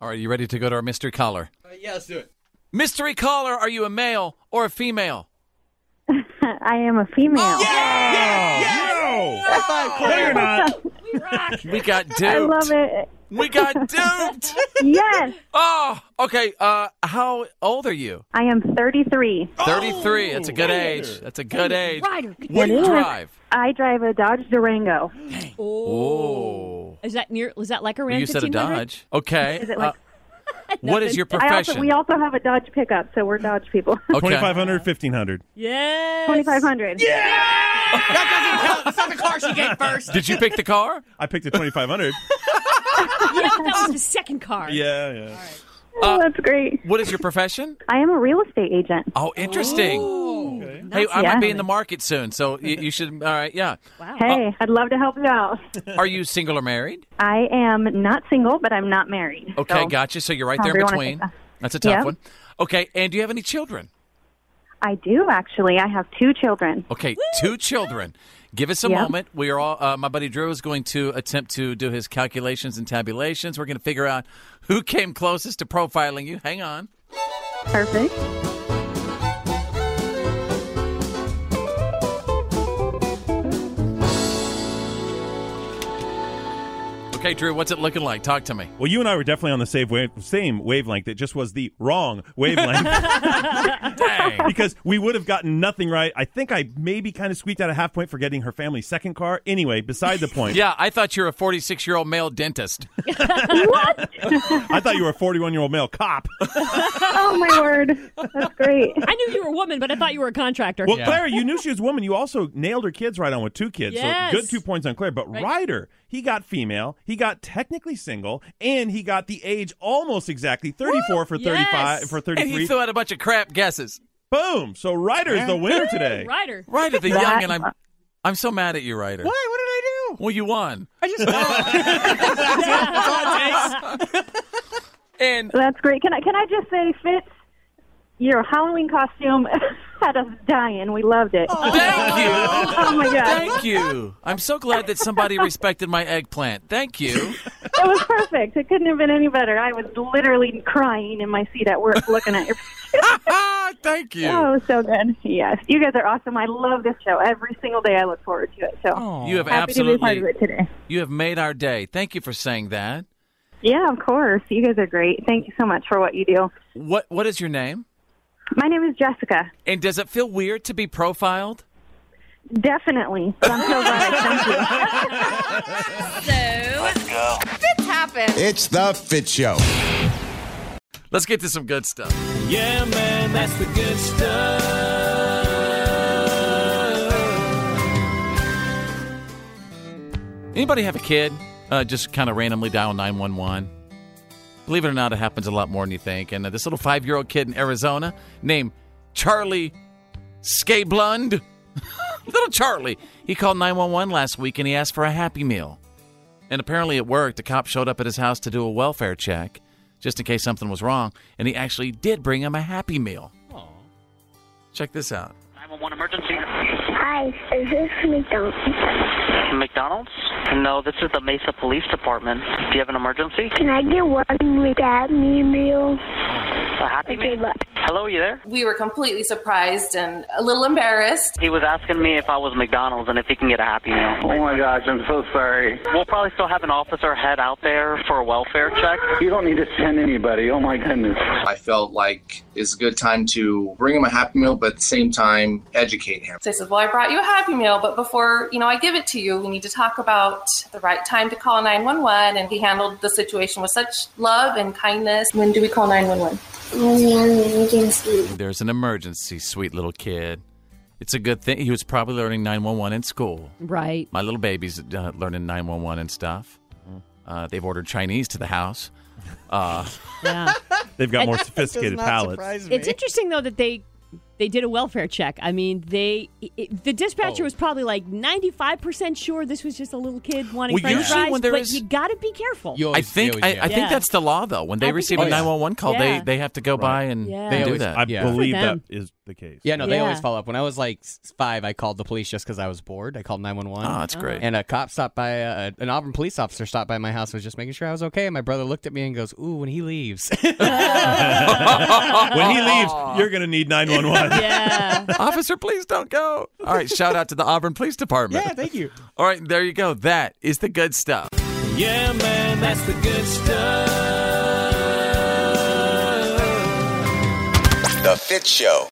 All right, you ready to go to our mystery caller?
yeah, let's do it.
Mystery caller, are you a male or a female?
[LAUGHS] I am a female.
Oh, No, you're not.
[LAUGHS]
We got duped.
I love it.
We
[LAUGHS]
got duped.
yes,
Oh, okay. Uh, how old are you?
I am 33.
33.
Oh,
That's a good age. That's a good age.
Ryder,
What do you
Yes.
drive?
I drive a Dodge Durango.
Oh.
Is that near? Was that like a Ram?
You said a
1500?
Dodge. Okay.
Is it like-
Uh, what is your
I also,
profession?
we also have a Dodge pickup, so we're Dodge
[LAUGHS]
people. [LAUGHS]
2500, 1500.
Yes.
2500. Yeah.
That's not the car she gave first.
Did you pick the car?
[LAUGHS] I picked a 2500.
[LAUGHS] yeah, that was the second car.
yeah, yeah.
Oh, that's great.
uh, What is your profession?
[LAUGHS] I am a real estate agent.
Oh, interesting. Hey,
Oh, That's-
I might
yeah.
be in the market soon, so you, you should. All right,
[LAUGHS]
yeah.
Hey, I'd love to help you out.
Are you single or married?
I am not single, but I'm not married.
Okay,
so
gotcha. So you're right there
however
in between.
you wanna take
That's a tough
Yeah.
one. Okay, and do you have any children?
I do actually. I have two children.
Okay, two children. Give us a
Yeah.
moment. We are all. Uh, my buddy Drew is going to attempt to do his calculations and tabulations. We're going to figure out who came closest to profiling you. Hang on.
Perfect.
Okay, Drew, what's it looking like? Talk to me.
Well, you and I were definitely on the same, wave, same wavelength. It just was the wrong
[LAUGHS]
wavelength. because we would have gotten nothing right. I think I maybe kind of squeaked out a half point for getting her family's second car. Anyway, beside the
[LAUGHS]
point,
Yeah, I thought you were a 46 year old male dentist.
I thought you were a 41 year old male cop.
[LAUGHS] Oh my word, that's great.
I knew you were a woman, but I thought you were a contractor.
Well, Claire, you knew she was a woman. You also nailed her kids right on with two kids.
Yes.
So good two points on Claire. But
Right.
Ryder, he got female, he got technically single, and he got the age almost exactly 34 for 35
Yes.
for
And
[LAUGHS]
33.
he threw out a bunch of crap guesses.
Boom. So Ryder's the
[LAUGHS]
winner today.
Ryder.
Ryder the young, and I'm I'm so mad at you, Ryder.
Why? What did I do?
Well, you won.
I just.
and
That's great. Can I can I just say, Fitz, your Halloween costume [LAUGHS] had us dying. We loved it.
Thank you.
Oh, my God.
Thank you. I'm so glad that somebody respected my eggplant. Thank you.
[LAUGHS] It was perfect. It couldn't have been any better. I was literally crying in my seat at work looking at your.
[LAUGHS]
[LAUGHS]
Thank you.
Oh, so good. Yes, you guys are awesome. I love this show. Every single day, I look forward to it. So
You have
happy to be a part of
absolutely
it today.
You have made our day. Thank you for saying that.
Yeah, of course. You guys are great. Thank you so much for what you do.
What what is your name?
My name is Jessica.
And does it feel weird to be profiled?
Definitely. I'm so glad I sent you.
Let's go. Fits happens.
It's the Fit Show.
Let's get to some good stuff.
Yeah, man, that's the good stuff.
Anybody have a kid? Uh, just kind of randomly dial 911. Believe it or not, it happens a lot more than you think. And uh, this little five year old kid in Arizona named Charlie Skablund, [LAUGHS] little Charlie, he called 911 last week and he asked for a Happy Meal. And apparently it worked. A cop showed up at his house to do a welfare check just in case something was wrong. And he actually did bring him a Happy Meal. Check this out.
911 emergency.
Hi, is this McDonald's?
McDonald's? No, this is the Mesa Police Department. Do you have an emergency?
Can I get one with that me meal?
A happy meal? Hello, you there?
We were completely surprised and a little embarrassed.
He was asking me if I was McDonald's and if he can get a happy meal.
Oh my gosh, I'm so sorry.
We'll probably still have an officer head out there for a welfare check.
You don't need to send anybody. Oh my goodness.
I felt like it's a good time to bring him a happy meal, but at the same time, educate him.
So I said, Well, I brought you a Happy Meal, but before you know I give it to you, we need to talk about the right time to call 911. And he handled the situation with such love and kindness. When do we call 911?
Mm,
There's an emergency, sweet little kid. It's a good thing. He was probably learning 911 in school.
Right.
My little baby's uh, learning 911 and stuff. Uh, they've ordered Chinese to the house. Uh,
Yeah.
They've got more
And-
sophisticated palates.
It's interesting though that they they did a welfare check. I mean, they it, the dispatcher was probably like ninety five percent sure this was just a little kid wanting
Well,
French
usually
fries,
when there
but
is-
you got to be careful.
I think I, I
Yeah.
think that's the law though. When
I
they
think
receive
it
a
is.
911 call,
Yeah.
they they have to go by and
Yeah.
do
They always-
that.
I
Yeah.
believe
Good for
that
them.
is the case.
Yeah, no, they always
Yeah.
follow up. When I was like s- five, I called the police just because I was bored. I called 911.
Oh, that's great.
And a cop stopped by, uh, an Auburn police officer stopped by my house and was just making sure I was okay. And my brother looked at me and goes, Ooh, when he
[LAUGHS]
leaves. [LAUGHS]
when he leaves, you're going to need
[LAUGHS]
911.
Officer, please don't go. All right, shout out to the Auburn Police Department.
Yeah, thank you.
All right, there you go. That is the good stuff.
Yeah, man, that's the good stuff.
The Fit Show.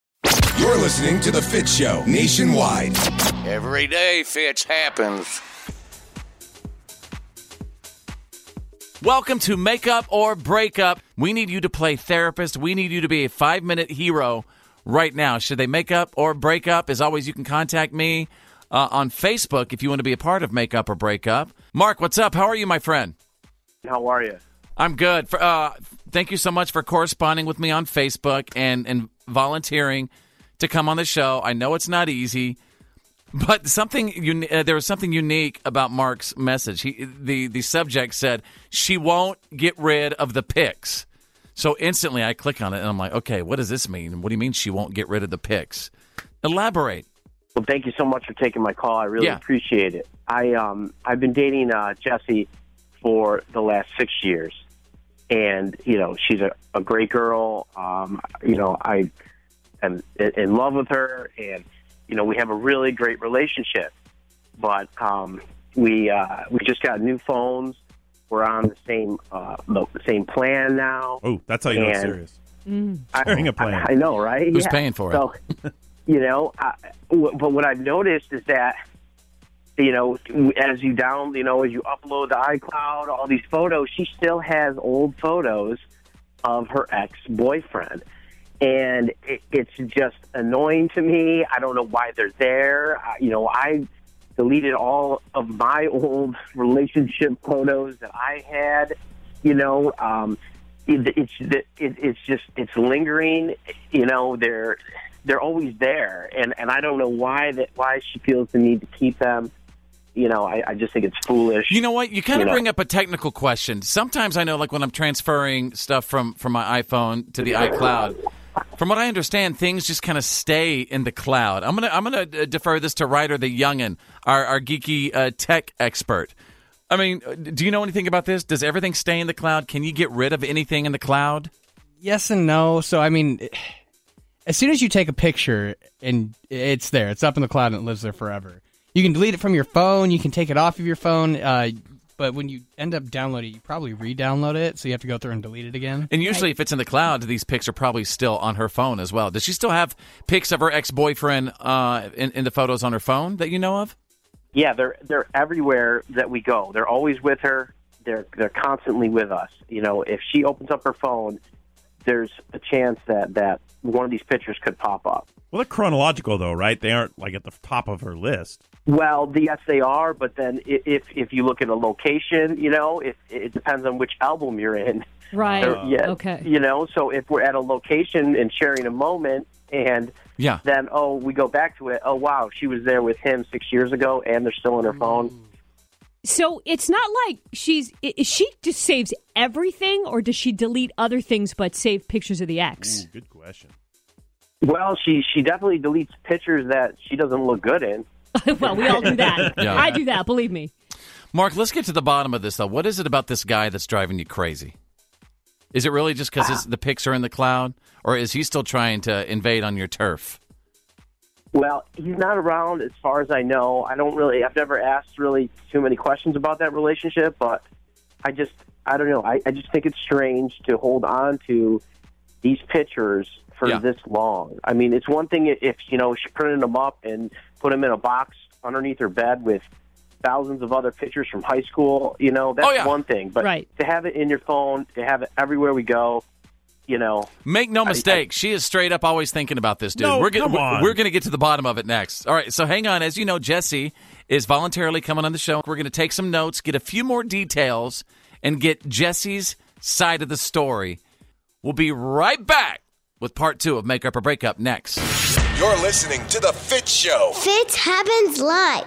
You're listening to The Fit Show nationwide.
Every day, Fitz happens.
Welcome to Make Up or Break Up. We need you to play therapist. We need you to be a five minute hero right now. Should they make up or break up? As always, you can contact me uh, on Facebook if you want to be a part of Make Up or Break Up. Mark, what's up? How are you, my friend?
How are you?
I'm good. For, uh, thank you so much for corresponding with me on Facebook and, and volunteering to come on the show. I know it's not easy, but something uni- uh, there was something unique about Mark's message. He the the subject said she won't get rid of the pics. So instantly I click on it and I'm like, okay, what does this mean? What do you mean she won't get rid of the pics? Elaborate.
Well, thank you so much for taking my call. I really
Yeah.
appreciate it. I um I've been dating uh, Jessie for the last six years, and you know she's a, a great girl. Um, you know I am in, in love with her, and you know we have a really great relationship. But um, we uh, we just got new phones. We're on the same uh, the same plan now.
Oh, that's how you know it's
And-
serious. [LAUGHS]
I-
Sharing a plan.
I, I know, right?
Who's paying for it?
So, you know, I, w- but what I've noticed is that, you know, as you down, you know, as you upload to iCloud, all these photos, she still has old photos of her ex boyfriend. And it, it's just annoying to me. I don't know why they're there. I, you know, I deleted all of my [LAUGHS] old relationship photos that I had. You know, um, it, it's it, it's just it's lingering. You know, they're they're always there, and and I don't know why that why she feels the need to keep them. You know, I, I just think it's foolish.
You know what? You kind
You
of
know.
bring up a technical question. Sometimes I know, like when I'm transferring stuff from from my iPhone to the iCloud. From what I understand, things just kind of stay in the cloud. I'm gonna I'm gonna uh, defer this to Ryder the Youngin, our our geeky uh, tech expert. I mean, do you know anything about this? Does everything stay in the cloud? Can you get rid of anything in the cloud?
Yes and no. So I mean, as soon as you take a picture and it's there, it's up in the cloud and it lives there forever. You can delete it from your phone. You can take it off of your phone. Uh, but when you end up downloading, it, you probably re-download it, so you have to go through and delete it again.
And usually, if it's in the cloud, these pics are probably still on her phone as well. Does she still have pics of her ex boyfriend uh, in, in the photos on her phone that you know of?
Yeah, they're they're everywhere that we go. They're always with her. They're they're constantly with us. You know, if she opens up her phone, there's a chance that that one of these pictures could pop up.
Well, they're chronological though, right? They aren't like at the top of her list.
Well, the- yes, they are. But then i- if if you look at a location, you know, it it depends on which album you're in.
Right.
There- yeah,
Okay.
You know, so if we're at a location and sharing a moment, and
yeah,
then oh, we go back to it. Oh, wow, she was there with him six years ago, and they're still on her phone.
Hmm,
So it's not like she's i- is she just saves everything, or does she delete other things but save pictures of the ex?
Good question.
Well, she she definitely deletes pictures that she doesn't look good in.
well, we all do that.
Mm. [LAUGHS] Yeah.
I do that. Believe me.
Mark, let's get to the bottom of this though. What is it about this guy that's driving you crazy? Is it really just because
Ah.
the pics are in the cloud, or is he still trying to invade on your turf?
Well, he's not around as far as I know. I don't really. I've never asked really too many questions about that relationship, but I just I don't know. I, I just think it's strange to hold on to these pictures for this long. I mean, it's one thing i- if you know she printed them up and put them in a box underneath her bed with thousands of other pictures from high school. You know, that's one thing. But
Right.
to have it in your phone, to have it everywhere we go, you know.
Make no mistake, she is straight up always thinking about this dude.
No,
we're gonna,
come on.
We're going to get to the bottom of it next. All right, so hang on. As you know, Jesse is voluntarily coming on the show. We're going to take some notes, get a few more details, and get Jesse's side of the story. We'll be right back with part two of Make Up or Breakup next.
You're listening to The Fit Show.
Fitz happens live.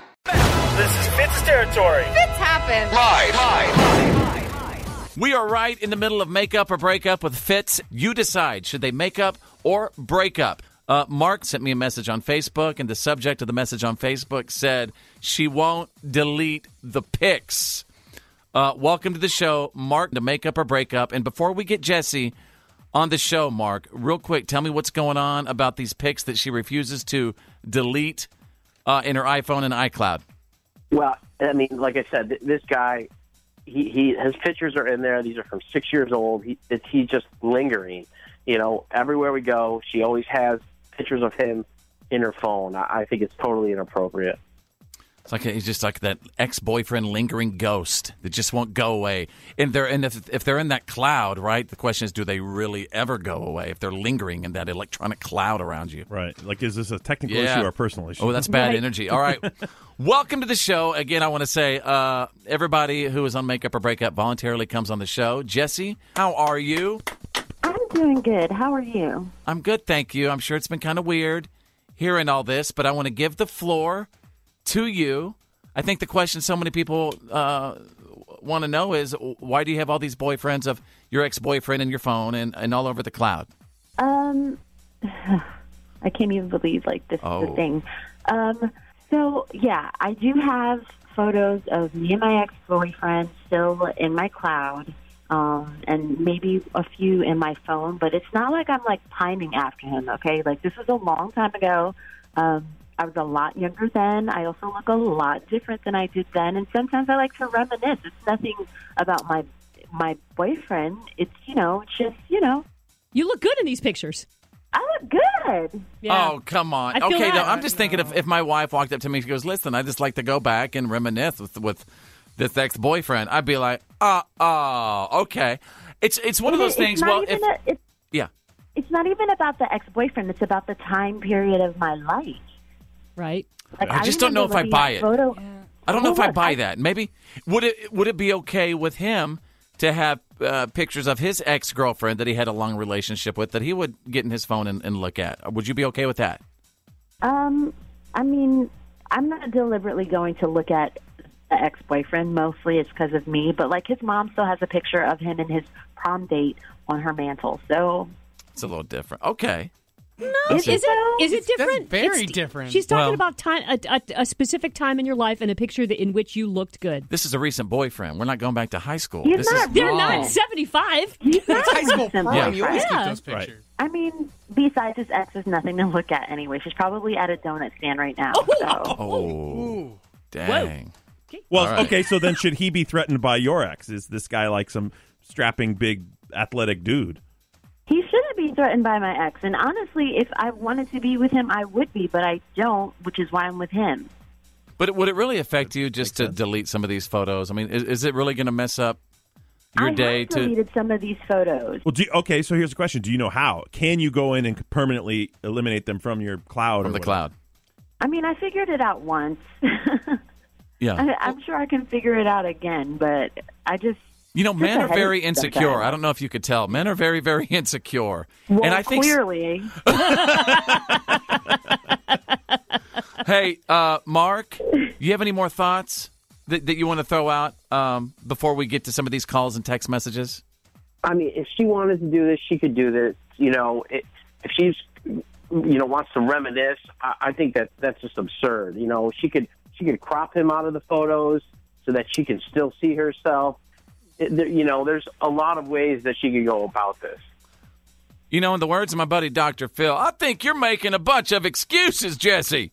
This is Fitz territory.
Fitz happens
Live.
We are right in the middle of make up or break up with Fitz. You decide should they make up or break up. Uh, Mark sent me a message on Facebook, and the subject of the message on Facebook said she won't delete the pics. Uh, welcome to the show, Mark. To make up or break up, and before we get Jesse on the show, Mark, real quick, tell me what's going on about these pics that she refuses to delete uh, in her iPhone and iCloud.
Well, I mean, like I said, th- this guy, he, he his pictures are in there. These are from six years old. He, it's, he's just lingering. You know, everywhere we go, she always has pictures of him in her phone. I, I think it's totally inappropriate.
It's like he's just like that ex-boyfriend lingering ghost that just won't go away. And they're and if if they're in that cloud, right? The question is, do they really ever go away if they're lingering in that electronic cloud around you?
Right. Like, is this a technical issue or a personal issue?
Oh, that's bad
Right.
energy. All right. Welcome to the show. Again, I want to say uh, everybody who is on Makeup or Breakup voluntarily comes on the show. Jesse, how are you?
I'm doing good. How are you?
I'm good, thank you. I'm sure it's been kind of weird hearing all this, but I want to give the floor to you. I think the question so many people uh, want to know is why do you have all these boyfriends of your ex boyfriend in your phone and, and all over the cloud?
Um, [SIGHS] I can't even believe like this is
Oh.
the thing. Um, so yeah, I do have photos of me and my ex-boyfriend still in my cloud, um, and maybe a few in my phone. But it's not like I'm like pining after him. Okay, like this was a long time ago. Um, I was a lot younger then. I also look a lot different than I did then. And sometimes I like to reminisce. It's nothing about my my boyfriend. It's you know, it's just you know.
You look good in these pictures.
I look good.
Oh, come on.
I feel
Okay,
that.
though, I'm just thinking if, if my wife walked up to me and she goes, listen, I just like to go back and reminisce with, with this ex boyfriend, I'd be like, oh, oh, okay. It's, it's one of
It-
those things.
not
Well,
even
if.
a- it's,
yeah.
it's not even about the ex-boyfriend. It's about the time period of my life.
Right.
Like,
I just don't know
remember
if I
looking
buy
at
it.
Photo,
I don't know if I
Hold
buy that. Maybe would it would it be okay with him to have uh, pictures of his ex girlfriend that he had a long relationship with that he would get in his phone and, and look at? Would you be okay with that?
Um, I mean, I'm not deliberately going to look at the ex-boyfriend. Mostly, it's because of me. But like, his mom still has a picture of him and his prom date on her mantle. So
[LAUGHS] It's a little different. Okay,
No, is it? Is it different?
very
It's-
different.
She's talking
Well-
about time, a, a, a specific time in your life and a picture that, in which you looked good.
This is a recent boyfriend. We're not going back to high school.
You're
this
not.
is
They're not seventy-five.
high school
prom. You always keep
those
pictures.
I mean, besides his ex, there's nothing to look at anyway. She's probably at a donut stand right now. So.
Oh,
dang. Well,
All right.
okay, so then should he be threatened by your ex? Is this guy like some strapping, big, athletic dude?
He shouldn't be threatened by my ex. And honestly, if I wanted to be with him, I would be, but I don't, which is why I'm with him.
But would it really affect you just to delete some of these photos? I mean, is, is it really going to mess up your
I
day?
have
To
deleted some of these photos.
Well, do you, okay, so here's the question: Do you know how? Can you go in and permanently eliminate them from your cloud? From the
cloud.
I mean, I figured it out once.
Yeah.
I, I'm sure I can figure it out again, but I just.
you know,
just
men
a
are very
headache sometimes.
insecure. I don't know if you could tell. Men are very, very [LAUGHS] insecure.
Well,
and I think,
clearly.
[LAUGHS] hey, uh, Mark, you have any more thoughts that, that you want to throw out um, before we get to some of these calls and text messages?
I mean, if she wanted to do this, she could do this. You know, it, if she's, you know, wants to reminisce, I, I think that that's just absurd. You know, she could she could crop him out of the photos so that she can still see herself. It, there, you know, there's a lot of ways that she could go about this.
You know, in the words of my buddy Dr. Phil, I think you're making a bunch of excuses, Jesse.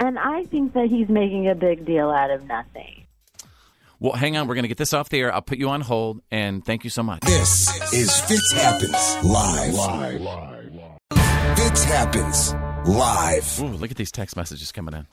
And I think that he's making a big deal out of nothing.
Well, hang on. We're going to get this off the air. I'll put you on hold, and thank you so much.
This is Fitz Happens Live. Live. Fitz Happens Live.
Ooh, look at these text messages coming in.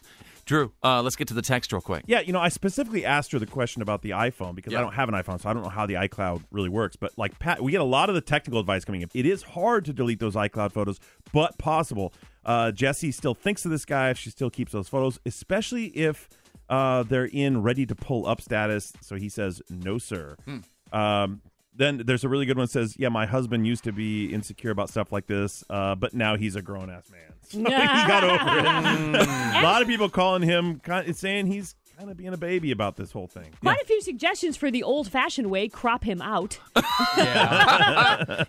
Drew, uh, let's get to the text real quick.
Yeah, you know, I specifically asked her the question about the iPhone because
Yeah.
I don't have an iPhone, so I don't know how the iCloud really works. But like Pat, we get a lot of the technical advice coming in. It is hard to delete those iCloud photos, but possible. Uh, Jesse still thinks of this guy if she still keeps those photos, especially if uh, they're in ready to pull up status. So he says, "No, sir." Um, then there's a really good one that says, "Yeah, my husband used to be insecure about stuff like this, uh, but now he's a grown ass man." [LAUGHS] So he got over it. [LAUGHS] a lot of people calling him, kind saying he's kind of being a baby about this whole thing.
Quite a few suggestions for the old-fashioned way: crop
[LAUGHS]
him out.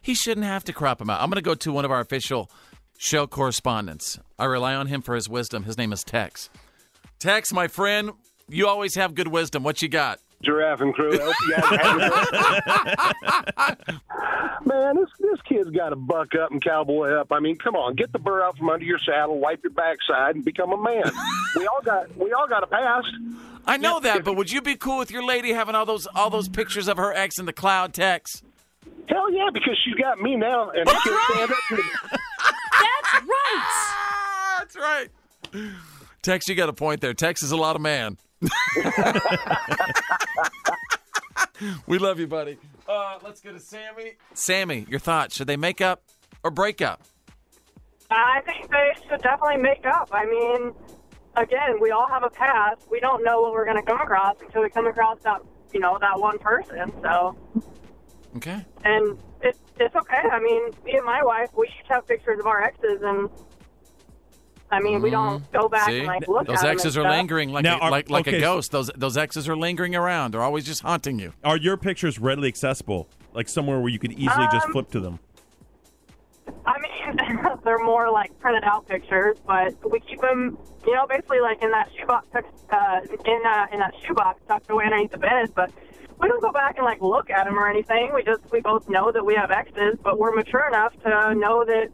he shouldn't have to crop him out. I'm going to go to one of our official show correspondents. I rely on him for his wisdom. His name is Tex. Tex, my friend, you always have good wisdom. What you got?
Giraffe and crew. I hope you guys are having a- Man, this this kid's got to buck up and cowboy up. I mean, come on, get the burr out from under your saddle, wipe your backside, and become a man. we all got we all got a past.
I know that, but would you be cool with your lady having all those all those pictures of her ex in the cloud, Tex?
Hell yeah, because she's got me now, and I can't stand up to it.
That's right.
[LAUGHS] That's right. [LAUGHS] Tex, you got a point there. Tex is a lot of
[LAUGHS]
man. [LAUGHS] we love you, buddy. Uh, let's go to Sammy. Sammy, your thoughts? Should they make up or break up? Uh,
I think they should definitely make up. I mean, again, we all have a past. We don't know what we're going to come across until we come across that, you know, that one person. So,
Okay.
and it, it's okay. I mean, me and my wife, we each have pictures of our exes, and I mean, we don't go back
Mm-hmm. See?
and like look. at
those
'em
exes are
and stuff.
lingering like
Now,
a,
are-
like, like
okay,
a
so-
ghost. Those those exes are lingering around. They're always just haunting you.
Are your pictures readily accessible? Like somewhere where you could easily just
Um,
flip to them?
I mean, [LAUGHS] they're more like printed out pictures, but we keep them, you know, basically like in that shoebox, uh, in that in that shoebox tucked away underneath the bed. But we don't go back and like look at them or anything. We just we both know that we have exes, but we're mature enough to know that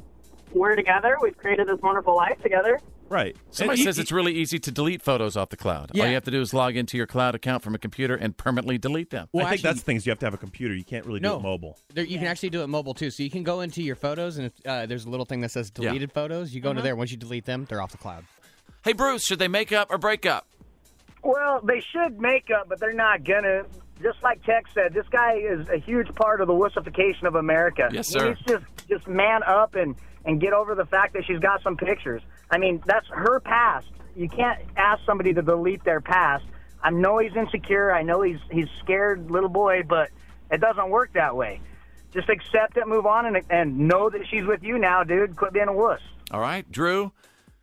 we're together. We've created this wonderful life together.
Right.
Somebody says it's really easy to delete photos off the cloud. All you have to do is log into your cloud account from a computer and permanently delete them.
I think that's the thing is you have to have a computer. You can't really do
No.
it mobile.
There, you can actually do it mobile too. So you can go into your photos, and if, uh, there's a little thing that says
Yeah.
deleted photos. You go into there. Once you delete them, they're off the cloud.
Hey, Bruce, should they make up or break up?
Well, they should make up, but they're not gonna. Just like Tex said, this guy is a huge part of the wussification of America.
Yes,
He
sir.
needs to just just man up and and get over the fact that she's got some pictures. I mean, that's her past. You can't ask somebody to delete their past. I know he's insecure. I know he's he's scared little boy, but it doesn't work that way. Just accept it, move on, and and know that she's with you now, dude. Quit being a wuss.
All right, Drew,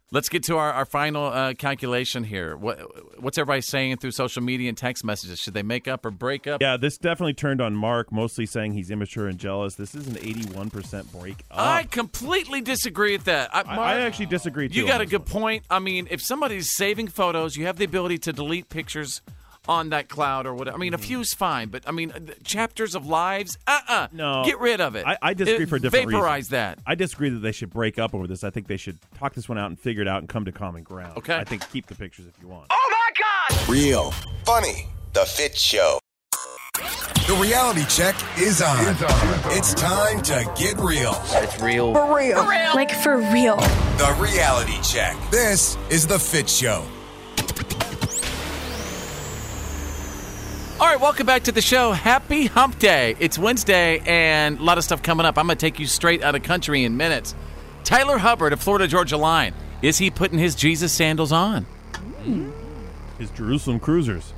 Let's get to our, our final uh, calculation here. What, what's everybody saying through social media and text messages? Should they make up or break up?
Yeah, this definitely turned on Mark, mostly saying he's immature and jealous. This is an 81% break up.
I completely disagree with that. I, Mark,
I actually disagree, too.
You got
on
a
this
good point. I mean, if somebody's saving photos, you have the ability to delete pictures on that cloud or whatever. I
Mm-hmm.
mean, a few's fine, but I mean, uh, chapters of lives, uh uh
No.
Get rid of it.
I, I disagree
It-
for a different
Vaporize that.
I disagree that they should break up over this. I think they should talk this one out and figure it out and come to common ground.
Okay.
I think keep the pictures if you want.
Oh,
Real. Funny. The Fit Show. The reality check is on. It's, time to get real. It's real.
real. [LAUGHS] For real. Like for real.
The reality check. This is The Fit Show.
All right, welcome back to the show. Happy Hump Day. It's Wednesday and a lot of stuff coming up. I'm going to take you straight out of country in minutes. Tyler Hubbard of Florida Georgia Line. Is he putting his Jesus sandals on?
His Jerusalem Cruisers.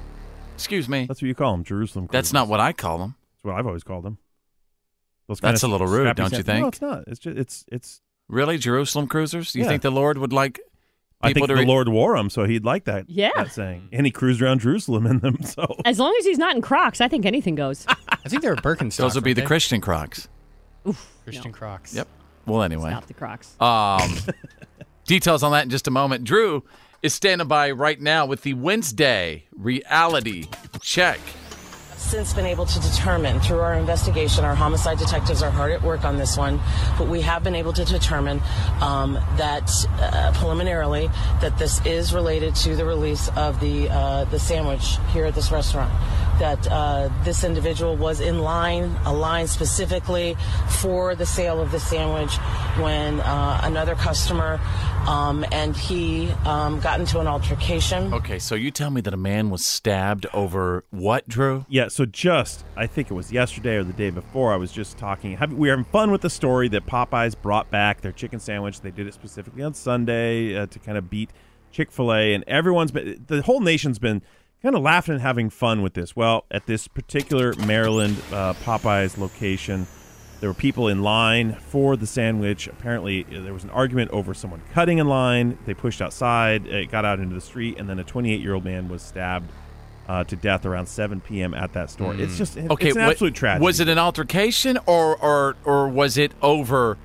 Excuse me.
That's what you call them, Jerusalem Cruisers.
That's not what I call them.
That's what I've always called them. Those
That's
kind
a
of
little rude,
strappy
don't you
sand- No,
think?
it's not. It's just it's it's.
Really, Jerusalem cruisers? You
Yeah.
think the Lord would like people e
I think
to
the
re-
Lord wore them, so he'd like that.
Yeah.
that saying, and he cruised around Jerusalem in them. [LAUGHS] So
As long as he's not in Crocs, I think anything goes.
I think they're Birkenstocks.
Those would be the
aren't they?
Christian Crocs.
Christian Crocs.
Yep. Well, anyway.
the Crocs. [LAUGHS]
Um, details on that in just a moment. Drew is standing by right now with the Wednesday reality check.
since been able to determine through our investigation, our homicide detectives are hard at work on this one, but we have been able to determine um, that uh, preliminarily that this is related to the release of the uh, the sandwich here at this restaurant. That uh, this individual was in line, a line specifically for the sale of the sandwich, when uh, another customer um, and he um, got into an altercation.
Okay, so you tell me that a man was stabbed over what, Drew?
Yeah, so just I think it was yesterday or the day before. I was just talking. Have, we were having fun with the story that Popeyes brought back their chicken sandwich. They did it specifically on Sunday uh, to kind of beat Chick Fil A, and everyone's been the whole nation's been kind of laughing and having fun with this. Well, at this particular Maryland uh, Popeyes location, there were people in line for the sandwich. Apparently, uh, there was an argument over someone cutting in line. They pushed outside. It got out into the street, and then a 28 year old man was stabbed uh, to death around 7 p.m. at that store. It's just it-
Hmm. okay,
it's an
what-
absolute tragedy.
Was it an altercation or or or was it over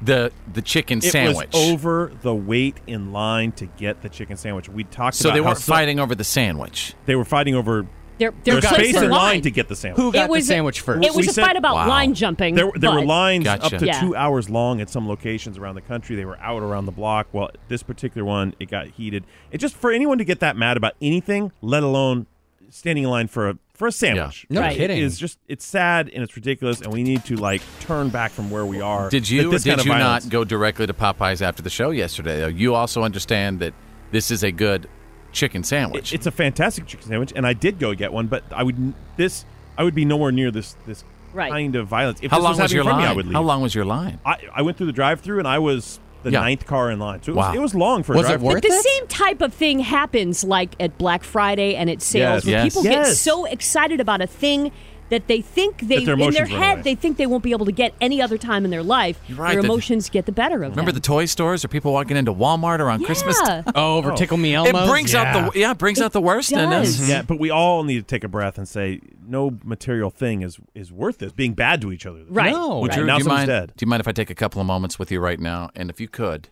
the the chicken
It
sandwich?
was over the wait in line to get the chicken sandwich. We talked
so
about
they
how
weren't
some-
fighting over the sandwich.
They were fighting over
They're,
their space in
in
line to get the sandwich.
It was a- It was
We
a
said-
fight about line jumping.
There, there were
but-
lines up to
Yeah.
two hours long at some locations around the country. They were out around the block. Well, this particular one, it got heated. It just for anyone to get that mad about anything, let alone standing in line for a for a sandwich.
No
It
kidding.
is just it's sad and it's ridiculous, and we need to like turn back from where we are.
Did
with
you or
this
did
kind of
you
violence.
not go directly to Popeyes after the show yesterday? though? You also understand that this is a good chicken sandwich.
It's a fantastic chicken sandwich, and I did go get one, but I would n- this I would be nowhere near this this
Right.
kind of violence. If
How
this
long
was,
was
happening
your
in front of Me, I
line?
would leave.
How long was your line?
I, I went through the drive-through, and I was the
Yeah.
ninth car in line. So it,
Wow.
was, it was long for a
Was it
drive-through.
worth
But the same type of thing happens like at Black Friday and at
Yes.
sales where
Yes.
people get
Yes.
so excited about a thing that they think they
That their
in their
emotions run
head
away.
they think they won't be able to get any other time in their life.
right,
their
that-
emotions get the better of
Remember the toy stores or people walking into Walmart around Christmas?
Yeah.
Oh, over Tickle Me
It
Elmo's?
brings out the yeah, it brings out the worst in us. Mm-hmm.
Yeah, but we all need to take a breath and say, no material thing is is worth this. Being bad to each other,
Right. No.
Would you,
now
do, you
someone's
mind,
dead.
do you mind if I take a couple of moments with you right now? And if you could,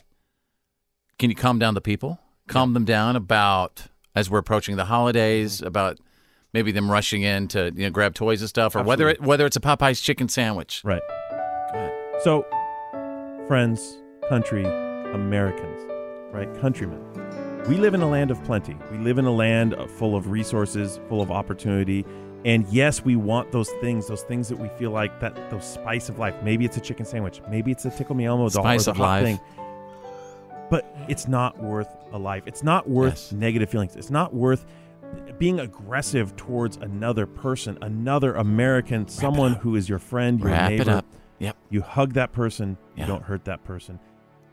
can you calm down the people? Calm them down about as we're approaching the holidays, about maybe them rushing in to you know grab toys and stuff, or whether it
Absolutely.
whether it's a Popeye's chicken sandwich.
Right. So, friends, country, Americans, right? Countrymen. We live in a land of plenty. We live in a land uh, full of resources, full of opportunity. And yes, we want those things, those things that we feel like that those spice of life. Maybe it's a chicken sandwich. Maybe it's a tickle me Elmo doll or
Spice
the
of
hot
life.
thing. But it's not worth a life. It's not worth negative feelings. It's not worth being aggressive towards another person, another American, someone who is your friend, your
Wrap it
neighbor.
up. Yep.
You hug that person, you don't hurt that person.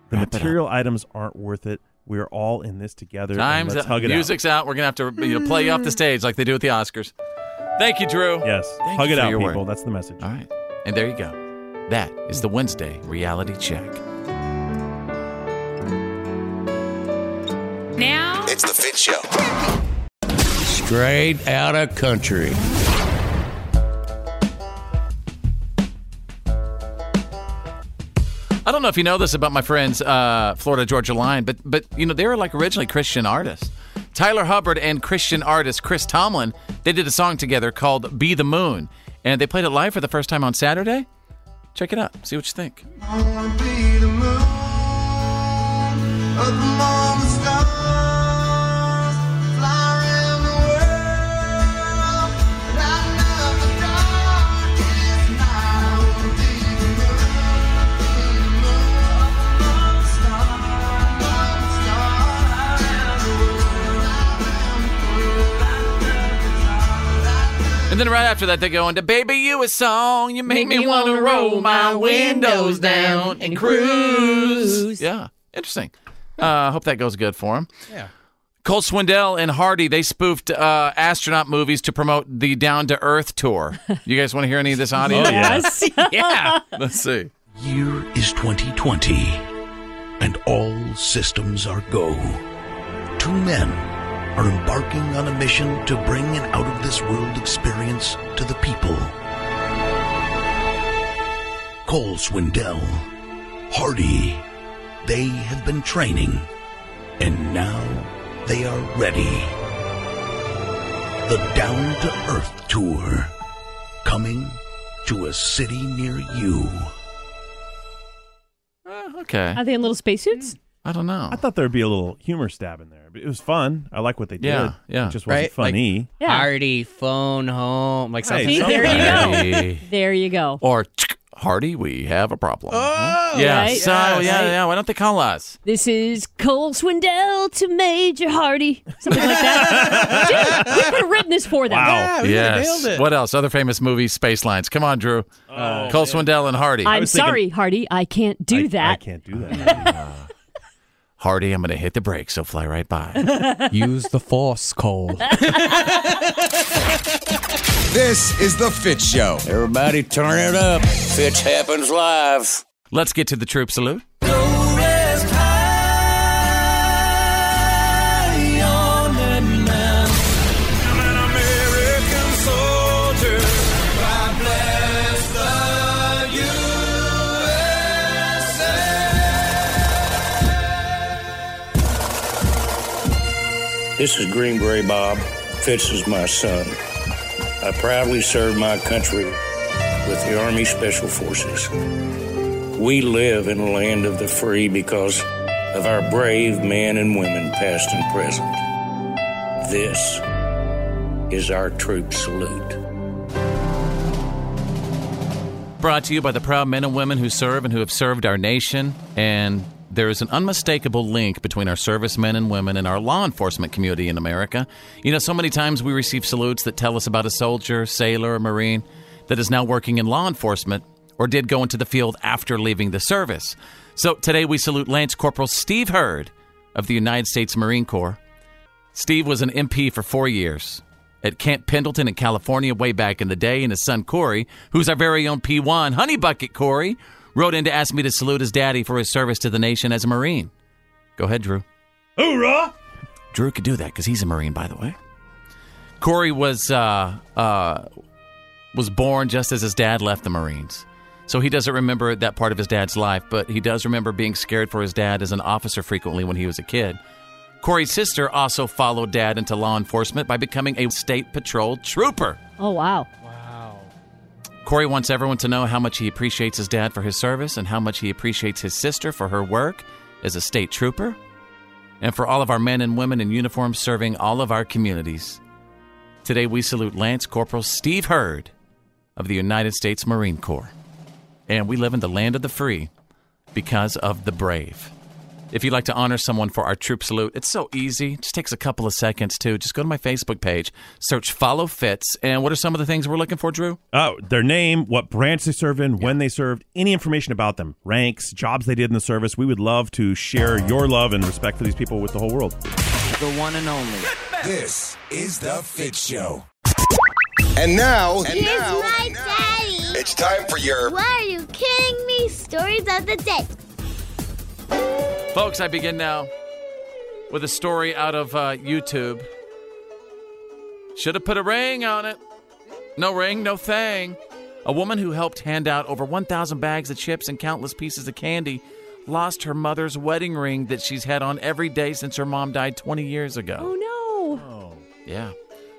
The material items aren't worth it. We're all in this together. and
Times
let's
up.
hug it
music's out. We're gonna have to you know, play you off the stage like they do at the Oscars. Thank you, Drew.
Yes.
Thank
Hug
you
it
for
out,
your
people.
work.
That's the message.
All right. And there you go. That is the Wednesday reality check.
Now,
It's the Fit Show.
Straight out of country.
I don't know if you know this about my friends, uh, Florida Georgia Line, but but you know they were like originally Christian artists. Tyler Hubbard and Christian artist Chris Tomlin, they did a song together called "Be the Moon," and they played it live for the first time on Saturday. Check it out. See what you think.
I wanna be the moon of the morning stars, fly around the world, lighten up the darkest night. I wanna be the moon, be the moon of the morning stars, morning stars, fly around the world,
And then right after that, they go into "Baby You" a song. You make, me, wanna roll my windows down and cruise. Yeah, interesting. Uh, hope that goes good for them.
Yeah.
Cole Swindell and Hardy, they spoofed uh, astronaut movies to promote the Down to Earth tour. You guys want to hear any of
Oh,
this audio?
yeah.
[LAUGHS] Let's see.
Year is 2020, and all systems are go. Two men are embarking on a mission to bring an out of this world experience to the people. Cole Swindell, Hardy, they have been training, and now they are ready. The Down to Earth Tour, coming to a city near you.
Okay.
Are they in little spacesuits?
I don't know.
I thought there'd be a little humor stab in there, but it was fun. I like what they did.
Yeah, yeah.
It just wasn't
Right?
funny.
Like, Hardy, phone home. Like something.
[LAUGHS]
See, there you go.
Hey.
There you go.
Or Hardy, we have a problem.
Oh,
yeah.
right.
So
Yes.
yeah, yeah. Why don't they call us?
This is Cole Swindell to Major Hardy. Something like
[LAUGHS]
that. Dude, we could have written this for them.
yes. What else? Other famous movies, space lines. Come on, Drew. Cole Swindell and Hardy.
I'm sorry, Hardy. I can't do that. I can't
do that.
[LAUGHS] Hardy, I'm going to hit the brakes, so fly right by.
[LAUGHS] Use the force, Cole.
This is the Fit Show.
Everybody turn it up. Fitch happens live.
Let's get to the troop salute.
on that mountain. I'm an American soldier. God bless the USA.
This is Green Beret Bob. Fitz is my son. I proudly serve my country with the Army Special Forces. We live in a land of the free because of our brave men and women, past and present. This is our troop salute.
Brought to you by the proud men and women who serve and who have served our nation. And there is an unmistakable link between our servicemen and women and our law enforcement community in America. You know, so many times we receive salutes that tell us about a soldier, sailor, or Marine that is now working in law enforcement or did go into the field after leaving the service. So today we salute Lance Corporal Steve Hurd of the United States Marine Corps. Steve was an MP for four years at Camp Pendleton in California way back in the day, and his son Corey, who's our very own P1, Honey Bucket Corey, wrote in to ask me to salute his daddy for his service to the nation as a Marine. Go ahead, Drew.
Hoorah!
Drew could do that because he's a Marine, by the way. Corey was uh, uh, was born just as his dad left the Marines, so he doesn't remember that part of his dad's life, but he does remember being scared for his dad as an officer frequently when he was a kid. Corey's sister also followed dad into law enforcement by becoming a state patrol trooper.
Oh, wow.
Corey wants everyone to know how much he appreciates his dad for his service and how much he appreciates his sister for her work as a state trooper and for all of our men and women in uniform serving all of our communities. Today, we salute Lance Corporal Steve Hurd of the United States Marine Corps. And we live in the land of the free because of the brave. If you'd like to honor someone for our troop salute, it's so easy. It just takes a couple of seconds, too. Just go to my Facebook page, search Follow Fits. And what are some of the things we're looking for, Drew?
Oh, their name, what branch they served in, when they served, any information about them, ranks, jobs they did in the service. We would love to share your love and respect for these people with the whole world.
The one and only.
This is the Fit Show. And
Oh,
now, and
Here's
now,
my daddy.
it's time for your.
Why are you kidding me? Stories of the day.
Folks, I begin now with a story out of uh, YouTube. Should have put a ring on it. No ring, no thing. A woman who helped hand out over 1,000 bags of chips and countless pieces of candy lost her mother's wedding ring that she's had on every day since her mom died 20 years ago.
Oh
Yeah.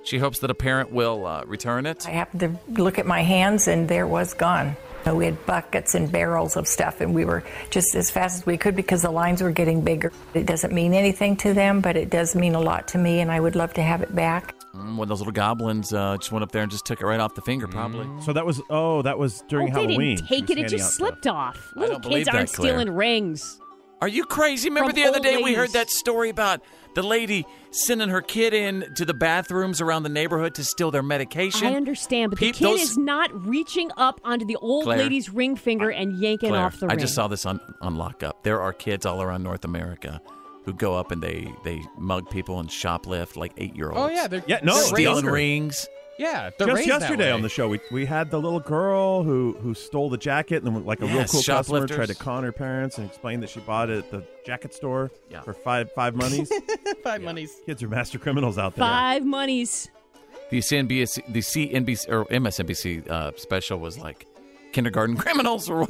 She hopes that a parent will uh, return it.
I happened to look at my hands, and there was gone. So we had buckets and barrels of stuff, and we were just as fast as we could because the lines were getting bigger. It doesn't mean anything to them, but it does mean a lot to me, and I would love to have it back.
Mm, One of those little goblins uh, just went up there and just took it right off the finger, probably.
So that was oh, that was during
no! They
Halloween.
didn't take
She
it;
was
it
handing out
just slipped off. Little
believe
kids
that,
aren't
Claire.
stealing rings.
Are you crazy? Remember
From
the other
old
day we heard
ladies.
that story about the lady sending her kid in to the bathrooms around the neighborhood to steal their medication?
I understand, but
Peep,
the kid
those-
is not reaching up onto the old
Claire.
lady's ring finger and yanking
Claire,
off the
I
ring.
just saw this on, on Lock Up. There are kids all around North America who go up and they, they mug people and shoplift like eight year olds.
Oh, yeah, they're-
Yeah, no, they're
stealing
raised-
rings.
Yeah, they're
Just
raised that
yesterday
way.
on the show, we, we had the little girl who who stole the jacket, and then like a real
Yes,
cool customer
shoplifters.
tried to con her parents and explain that she bought it at the jacket store
Yeah.
for five five monies.
[LAUGHS] Five monies.
Kids are master criminals out there.
Five monies.
The CNBC, the CNBC or MSNBC uh, special was like kindergarten [LAUGHS] criminals or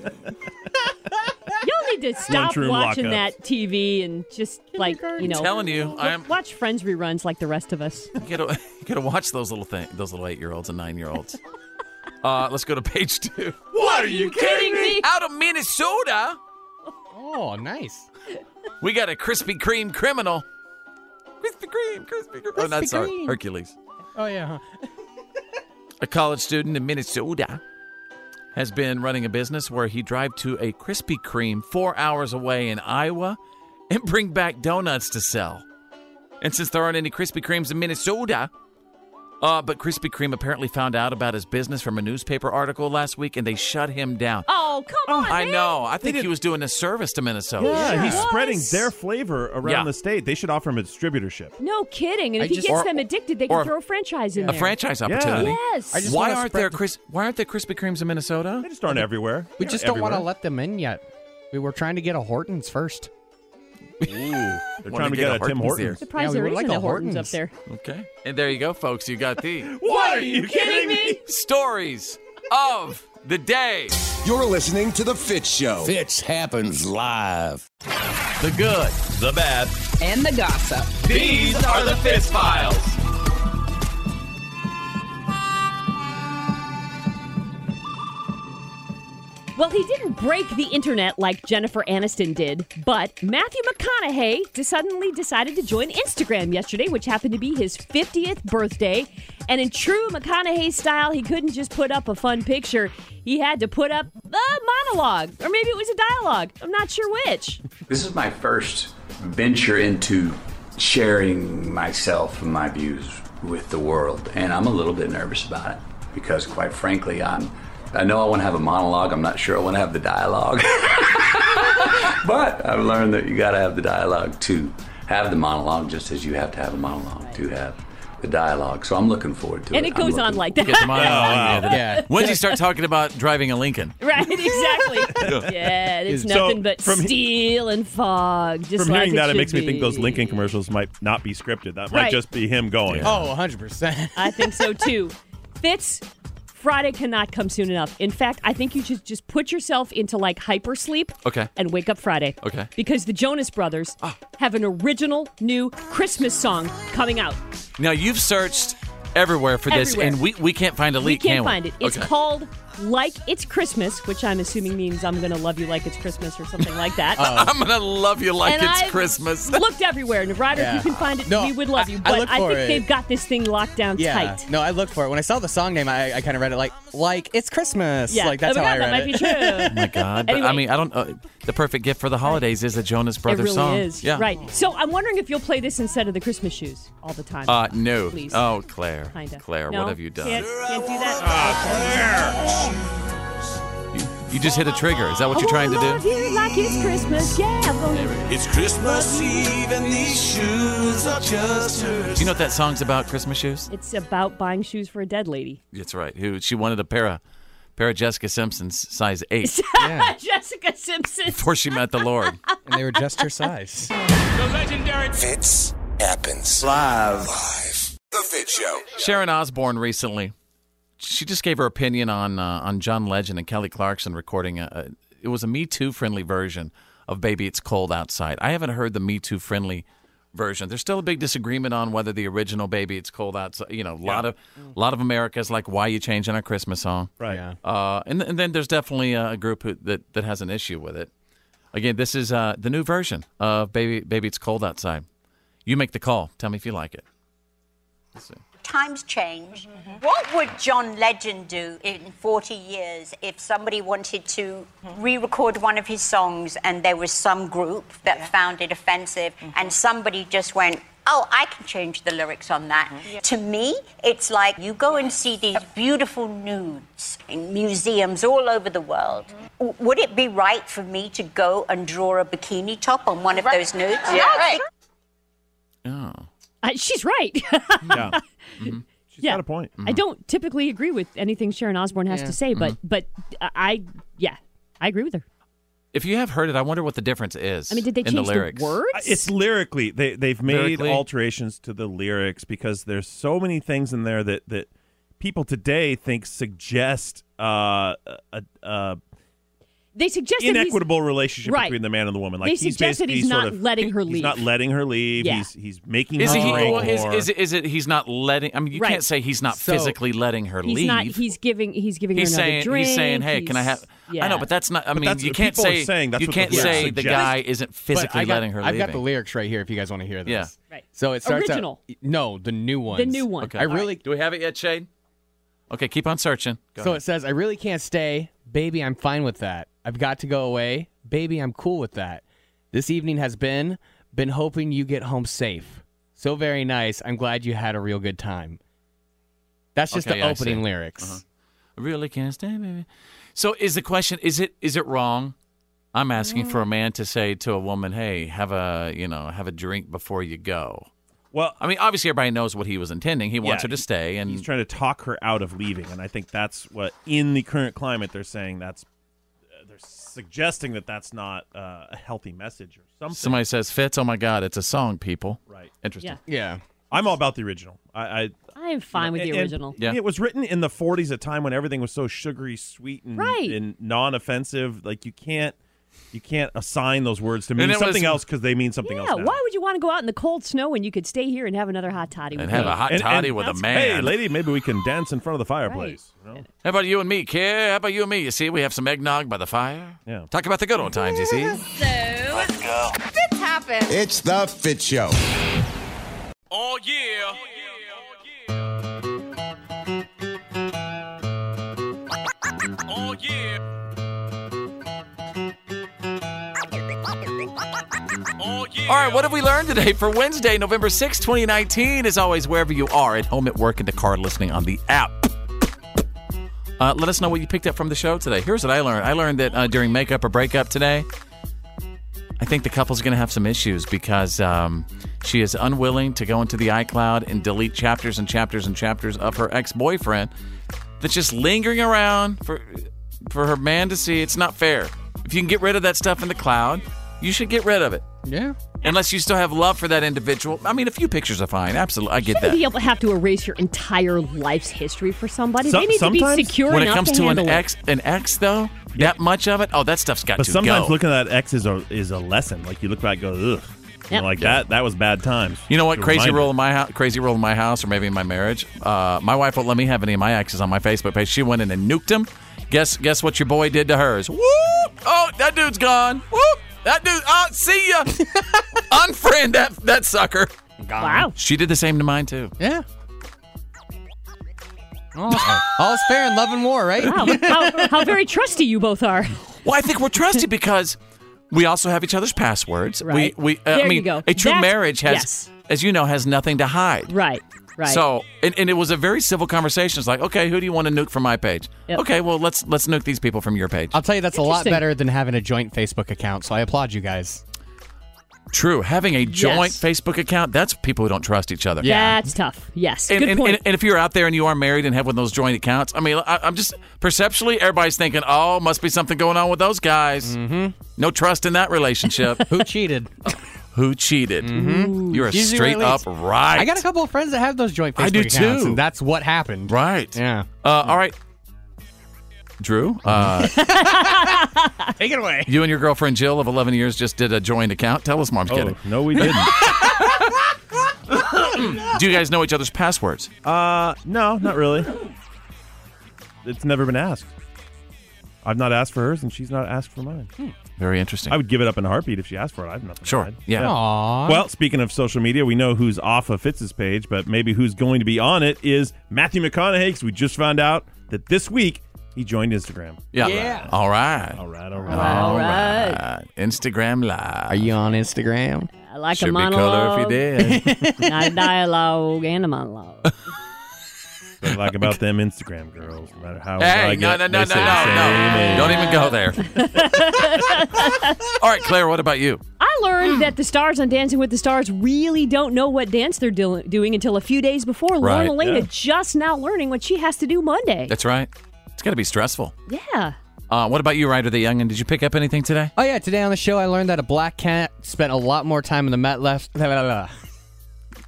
[LAUGHS] Y'all need to stop
Lunchroom
watching
lockups.
that TV and just like you know.
I'm telling you,
wa-
I'm-
watch Friends reruns like the rest of us.
You gotta, you gotta watch those little thing, those little eight year olds and nine year olds. uh, let's go to page two. What are you
kidding me?
Out of Minnesota?
Oh, nice.
We got a Krispy Kreme criminal.
Krispy Kreme, Krispy Kreme.
Oh, not sorry, Hercules.
Oh yeah. Huh?
A college student in Minnesota has been running a business where he drive to a Krispy Kreme four hours away in Iowa and bring back donuts to sell. And since there aren't any Krispy Kremes in Minnesota, uh, but Krispy Kreme apparently found out about his business from a newspaper article last week, and they shut him down.
Oh come on!
I
man.
know. I think he was doing a service to Minnesota.
yeah, he's
What?
spreading their flavor around
Yeah.
the state. They should offer him a distributorship.
[LAUGHS] No kidding.
I
And if he
just-
gets
or-
them addicted, they can
or-
throw a franchise in
A
there.
franchise opportunity.
Yes.
Why aren't there Kris- Why aren't there Krispy Kremes in Minnesota? They
just aren't everywhere.
We just don't want to let them in yet. We were trying to get a Hortons first.
Ooh, they're
trying to get a Tim Hortons.
Surprised
we
there
would
isn't
like
a Hortons up
Hortons.
there.
Okay. And there you go, folks. You got the.
[LAUGHS] What are you kidding
me? Stories of the day.
You're listening to The Fit Show.
Fitch happens live.
The good,
the bad.
and the gossip.
These are the Fitz Files.
Well, he didn't break the internet like Jennifer Aniston did, but Matthew McConaughey de- suddenly decided to join Instagram yesterday, which happened to be his 50th birthday. And in true McConaughey style, he couldn't just put up a fun picture. He had to put up a monologue, or maybe it was a dialogue. I'm not sure which.
This is my first venture into sharing myself and my views with the world, and I'm a little bit nervous about it because, quite frankly, I'm. I know I want to have a monologue. I'm not sure I want to have the dialogue, [LAUGHS] but I've learned that you got to have the dialogue to have the monologue, just as you have to have a monologue to have the dialogue. So I'm looking forward to it.
And it
I'm
goes on
looking-
like that.
Get the mind out.
Yeah.
When did you start talking about driving a Lincoln?
[LAUGHS]
[LAUGHS]
Right, exactly. yeah, it's
So,
nothing but
from he-
steel and fog. Just
From
like
hearing that, it
should
makes me think those
be.
Lincoln commercials might not be scripted. That might
Right.
just be him going.
Oh, 100 percent.
I think so too. Fitz, Friday cannot come soon enough. In fact, I think you should just put yourself into like hyper sleep
Okay.
and wake up Friday.
Okay. Ah.
Because the Jonas Brothers have an original new Christmas song coming out.
Now you've searched everywhere for this,
Everywhere.
and we, we can't find a
we
leak.
can't
can we?
find it. It's
Okay.
called Like It's Christmas, which I'm assuming means I'm going to love you like it's Christmas or something
[LAUGHS]
like that.
Uh, I'm gonna love you like
And
it's
I've
Christmas.
[LAUGHS] Looked everywhere, and Ryder,
Yeah.
if you can find it,
No,
we would love you.
I
But
looked
I,
for
think
it.
they've got this thing locked down
Yeah.
[LAUGHS] tight.
No, I looked for it when I saw the song name. I, I kind of read it like like it's Christmas.
Yeah.
Like that's
Oh my
how
God,
I
that
read
might
it.
[LAUGHS]
be true.
Oh my
[LAUGHS]
God! But, I
Anyway.
mean, I don't. Uh, the perfect gift for the holidays is a Jonas Brothers
it really
song.
is.
Yeah.
Right. So I'm wondering if you'll play this instead of the Christmas shoes all the time.
Uh, no.
Please.
Oh, Claire.
Kinda.
Claire,
No?
what have you done?
Can't, can't do that.
Ah,
You just hit a trigger. Is that what
Oh, I
you're trying to
wanna
do?
love you like it's Christmas. Yeah. I wanna-
It's Christmas Eve and these shoes are just
Do you know what that song's about? Christmas shoes.
It's about buying shoes for a dead lady.
That's right. Who she wanted a pair of pair of Jessica Simpson's size
[LAUGHS]
eight
Jessica Simpson.
before she met the Lord.
And they were just her size.
The legendary
Fits happens live. Live. The Fit Show.
Sharon Osbourne recently, she just gave her opinion on uh, on John Legend and Kelly Clarkson recording a, a. It was a Me Too friendly version of "Baby It's Cold Outside." I haven't heard the Me Too friendly version. There's still a big disagreement on whether the original "Baby It's Cold Outside." You know, a lot of a lot of America's like, "Why you changing our Christmas song?"
Right. Yeah.
Uh, and, and then there's definitely a group who, that that has an issue with it. Again, this is uh, the new version of "Baby Baby It's Cold Outside." You make the call. Tell me if you like it. Let's see.
Times
Mm-hmm,
change. What would John Legend do in 40 years if somebody wanted to
Mm-hmm.
re record one of his songs and there was some group that found it offensive
Mm-hmm.
and somebody just went, Oh, I can change the lyrics on that.
Mm-hmm.
To me, it's like you go and see these beautiful nudes in museums all over the world.
Mm-hmm.
W- Would it be right for me to go and draw a bikini top on one of those nudes?
Yeah. Right.
Oh. Mm-hmm.
Uh, she's right. [LAUGHS]
yeah. She's
yeah.
got a point.
I don't typically agree with anything Sharon Osbourne has
Yeah.
to say, but
Mhm.
but uh, I yeah, I agree with her.
If you have heard it, I wonder what the difference is.
I mean, did they
in
change
the
the
lyrics?
words?
Uh, It's lyrically they they've made
Lyrically?
alterations to the lyrics because there's so many things in there that that people today think suggest uh, a, a
They suggested he's-
inequitable relationship
Right.
between the man and the woman.
They
Like he's
suggest that
basically
he's
sort
not
of,
letting her
He's
leave.
not letting her leave.
Yeah.
He's he's making
Is
her
he?
drink
well, Is,
more.
is, it- is it? He's not letting. I mean, you
Right.
can't say he's not
So-
physically letting her
he's
leave.
not. He's giving. He's giving
He's
her another
saying.
drink.
He's saying, "Hey, can I have?"
yeah.
I know, but that's not. I
But
mean,
that's-
you can't
people are
say.
saying that's
you
what the
can't
lyrics
say the
suggest.
guy isn't physically
I got,
letting her
I've
leave.
got the lyrics right here if you guys want to hear this.
Yeah.
Right.
So it starts out-
Original.
no, the new one. I really
Do we have it yet, Shade? Okay, keep on searching. Go
so
ahead.
it says, I really can't stay. Baby, I'm fine with that. I've got to go away. Baby, I'm cool with that. This evening has been, been hoping you get home safe. So very nice. I'm glad you had a real good time. That's just
Okay,
the
I see.
opening lyrics.
Uh-huh. I really can't stay, baby. So is the question? Is it? Is it wrong? I'm asking
Mm.
for a man to say to a woman, "Hey, have a you know have a drink before you go."
Well,
I mean, obviously everybody knows what he was intending. He wants
Yeah,
her to stay, and
he's trying to talk her out of leaving, and I think that's what in the current climate they're saying that's uh, they're suggesting that that's not uh, a healthy message or something.
somebody says, "Fitz, oh my God, it's a song, people."
Right.
Interesting.
Yeah.
I'm all about the original. I, I
I am fine with the
and- and
original.
It was written in the 40s, a time when everything was so sugary, sweet, and,
Right.
and non-offensive. Like you can't, you can't assign those words to mean
it was-
something else because they mean something
Yeah,
else. now.
why would you want to go out in the cold snow when you could stay here and have another hot toddy? with me? That's-
Hey, lady, maybe we can dance in front of the fireplace. you know?
How about you and me, kid? How about you and me? You see, we have some eggnog by the fire.
Yeah.
Talk about the good old times. You see.
Let's go.
Fits happen.
It's the Fit Show.
All year. All year. All year.
All right, what have we learned today for Wednesday, November sixth, 2019? As always, wherever you are, at home, at work, in the car, listening on the app. Uh, let us know what you picked up from the show today. Here's what I learned. I learned that uh, during makeup or breakup today, I think the couple's going to have some issues because um, she is unwilling to go into the iCloud and delete chapters and chapters and chapters of her ex-boyfriend that's just lingering around for for her man to see. It's not fair. If you can get rid of that stuff in the cloud, you should get rid of it.
Yeah.
Unless you still have love for that individual. I mean, a few pictures are fine. Absolutely, I get
Shouldn't be
that.
able to have to erase your entire life's history for somebody.
Some-
they need to be
sometimes-
secure
when it
enough
comes
to
to an
handle it.
ex, an ex though, that much of it. Oh, that stuff's got
But
to
sometimes
go.
looking at that X is a is a lesson. Like you look back, and go ugh, You know, like that. That was bad times.
You know what?
It's a
Crazy
reminder.
rule in my house. Crazy rule in my house, or maybe in my marriage. Uh, my wife won't let me have any of my exes on my Facebook page. She went in and nuked them. Guess guess what your boy did to hers? Whoop! Oh, that dude's gone. Whoop! That dude. Oh, see ya. Unfriend that that sucker.
Wow.
She did the same to mine too.
Yeah. All's Oh. fair in love and war, right?
Wow, how, how very trusty you both are. [LAUGHS]
Well, I think
[LAUGHS]
we're trusty because we also have each other's passwords.
Right.
We we.
There
I
you
mean,
go.
a true
That's-
marriage has,
yes.
as you know, has nothing to hide.
Right, right.
So, and, and it was a very civil conversation. It's like, okay, who do you want to nuke from my page?
Yep.
Okay, well let's let's nuke these people from your page.
I'll tell you, that's a lot
Interesting.
better than having a joint Facebook account. So I applaud you guys.
True, having a joint Facebook account that's people who don't trust each other.
That's tough. Yes.
And,
Good
and,
point.
and, and if you're out there and you are married and have one of those joint accounts, I mean, I, I'm just perceptually, everybody's thinking,
[LAUGHS]
oh, must be something going on with those guys. Mm-hmm. No trust in that relationship.
Who cheated?
[LAUGHS] who cheated.
Mhm.
Mm-hmm. You're a
Usually
straight
when
up
it's-
right.
I got a couple of friends that have those joint Facebook
I do
accounts,
too.
and that's what happened.
Right.
Yeah.
Uh, all right, Drew. Uh, [LAUGHS]
[LAUGHS] Take it away.
you and your girlfriend Jill of 11 years just did a joint account. Tell us, Mom's
Oh,
kidding.
No, we didn't.
[LAUGHS] Do you guys know each other's passwords?
Uh, no, not really. It's never been asked. I've not asked for hers, and she's not asked for mine.
Hmm.
Very interesting.
I would give it up in a heartbeat if she asked for it. I have nothing.
Sure.
To hide.
Yeah. Aw.
Well, speaking of social media, we know who's off of Fitz's page, but maybe who's going to be on it is Matthew McConaughey. 'cause we just found out that this week he joined Instagram.
Yeah.
Yeah.
All right.
All right.
All
right.
uh, All
All
right.
right.
Instagram live. Are
you on Instagram?
I like
Should
a
be color if
monologue.
you
[LAUGHS] Not a dialogue and
[LAUGHS]
a monologue. [LAUGHS]
They like about them Instagram girls, no matter how.
Hey,
I
no,
get,
no, no, no,
they
no,
say the same
no.
thing.
Don't even go there. All right, Claire, what about you?
I learned that the stars on Dancing with the Stars really don't know what dance they're do- doing until a few days before.
Right,
Lauren Elena
yeah.
just now learning what she has to do Monday.
That's right. It's got to be stressful.
yeah.
Uh, what about you, Ryder the Youngin? Did you pick up anything today?
Oh yeah, today on the show I learned that a black cat spent a lot more time in the MetLife [LAUGHS]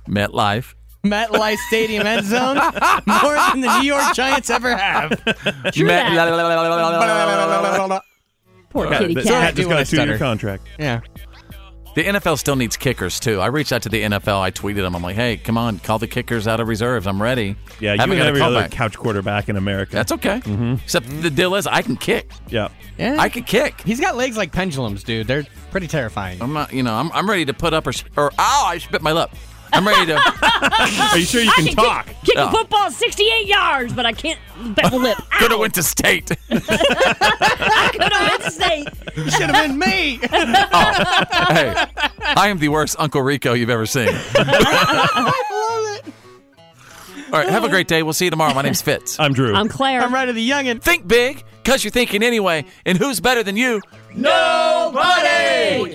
MetLife.
MetLife Stadium end zone more than the New York Giants ever have.
True Met- that.
Poor
Okay,
kitty
this
cat.
cat just got a two-year
contract.
Yeah.
[LAUGHS] The NFL still needs kickers too. I reached out to the NFL. I tweeted them. I'm like, hey, come on, call the kickers out of reserves. I'm ready.
Yeah, you
Haven't
and
got a
every
call
other
back.
couch quarterback in America.
That's okay. Except the deal is, I can kick.
Mm-hmm. Yeah.
Yeah.
I could kick.
He's got legs like pendulums, dude. They're pretty terrifying.
I'm not. You know, I'm, I'm ready to put up or s- or ow, I spit my lip. I'm ready
[LAUGHS]
to. [LAUGHS]
Are you sure
I can Kick, kick
Yeah.
a football 68 yards, but I can't bet my lip.
Could have went to [LAUGHS] state.
I say
should have been me.
[LAUGHS] Oh. hey, I am the worst Uncle Rico you've
[LAUGHS]
ever seen. [LAUGHS] All right, have a great day. We'll see you tomorrow. My name's Fitz.
I'm Drew.
I'm Claire.
I'm right of the youngin.
Think big, cause you're thinking anyway. And who's better than you?
Nobody!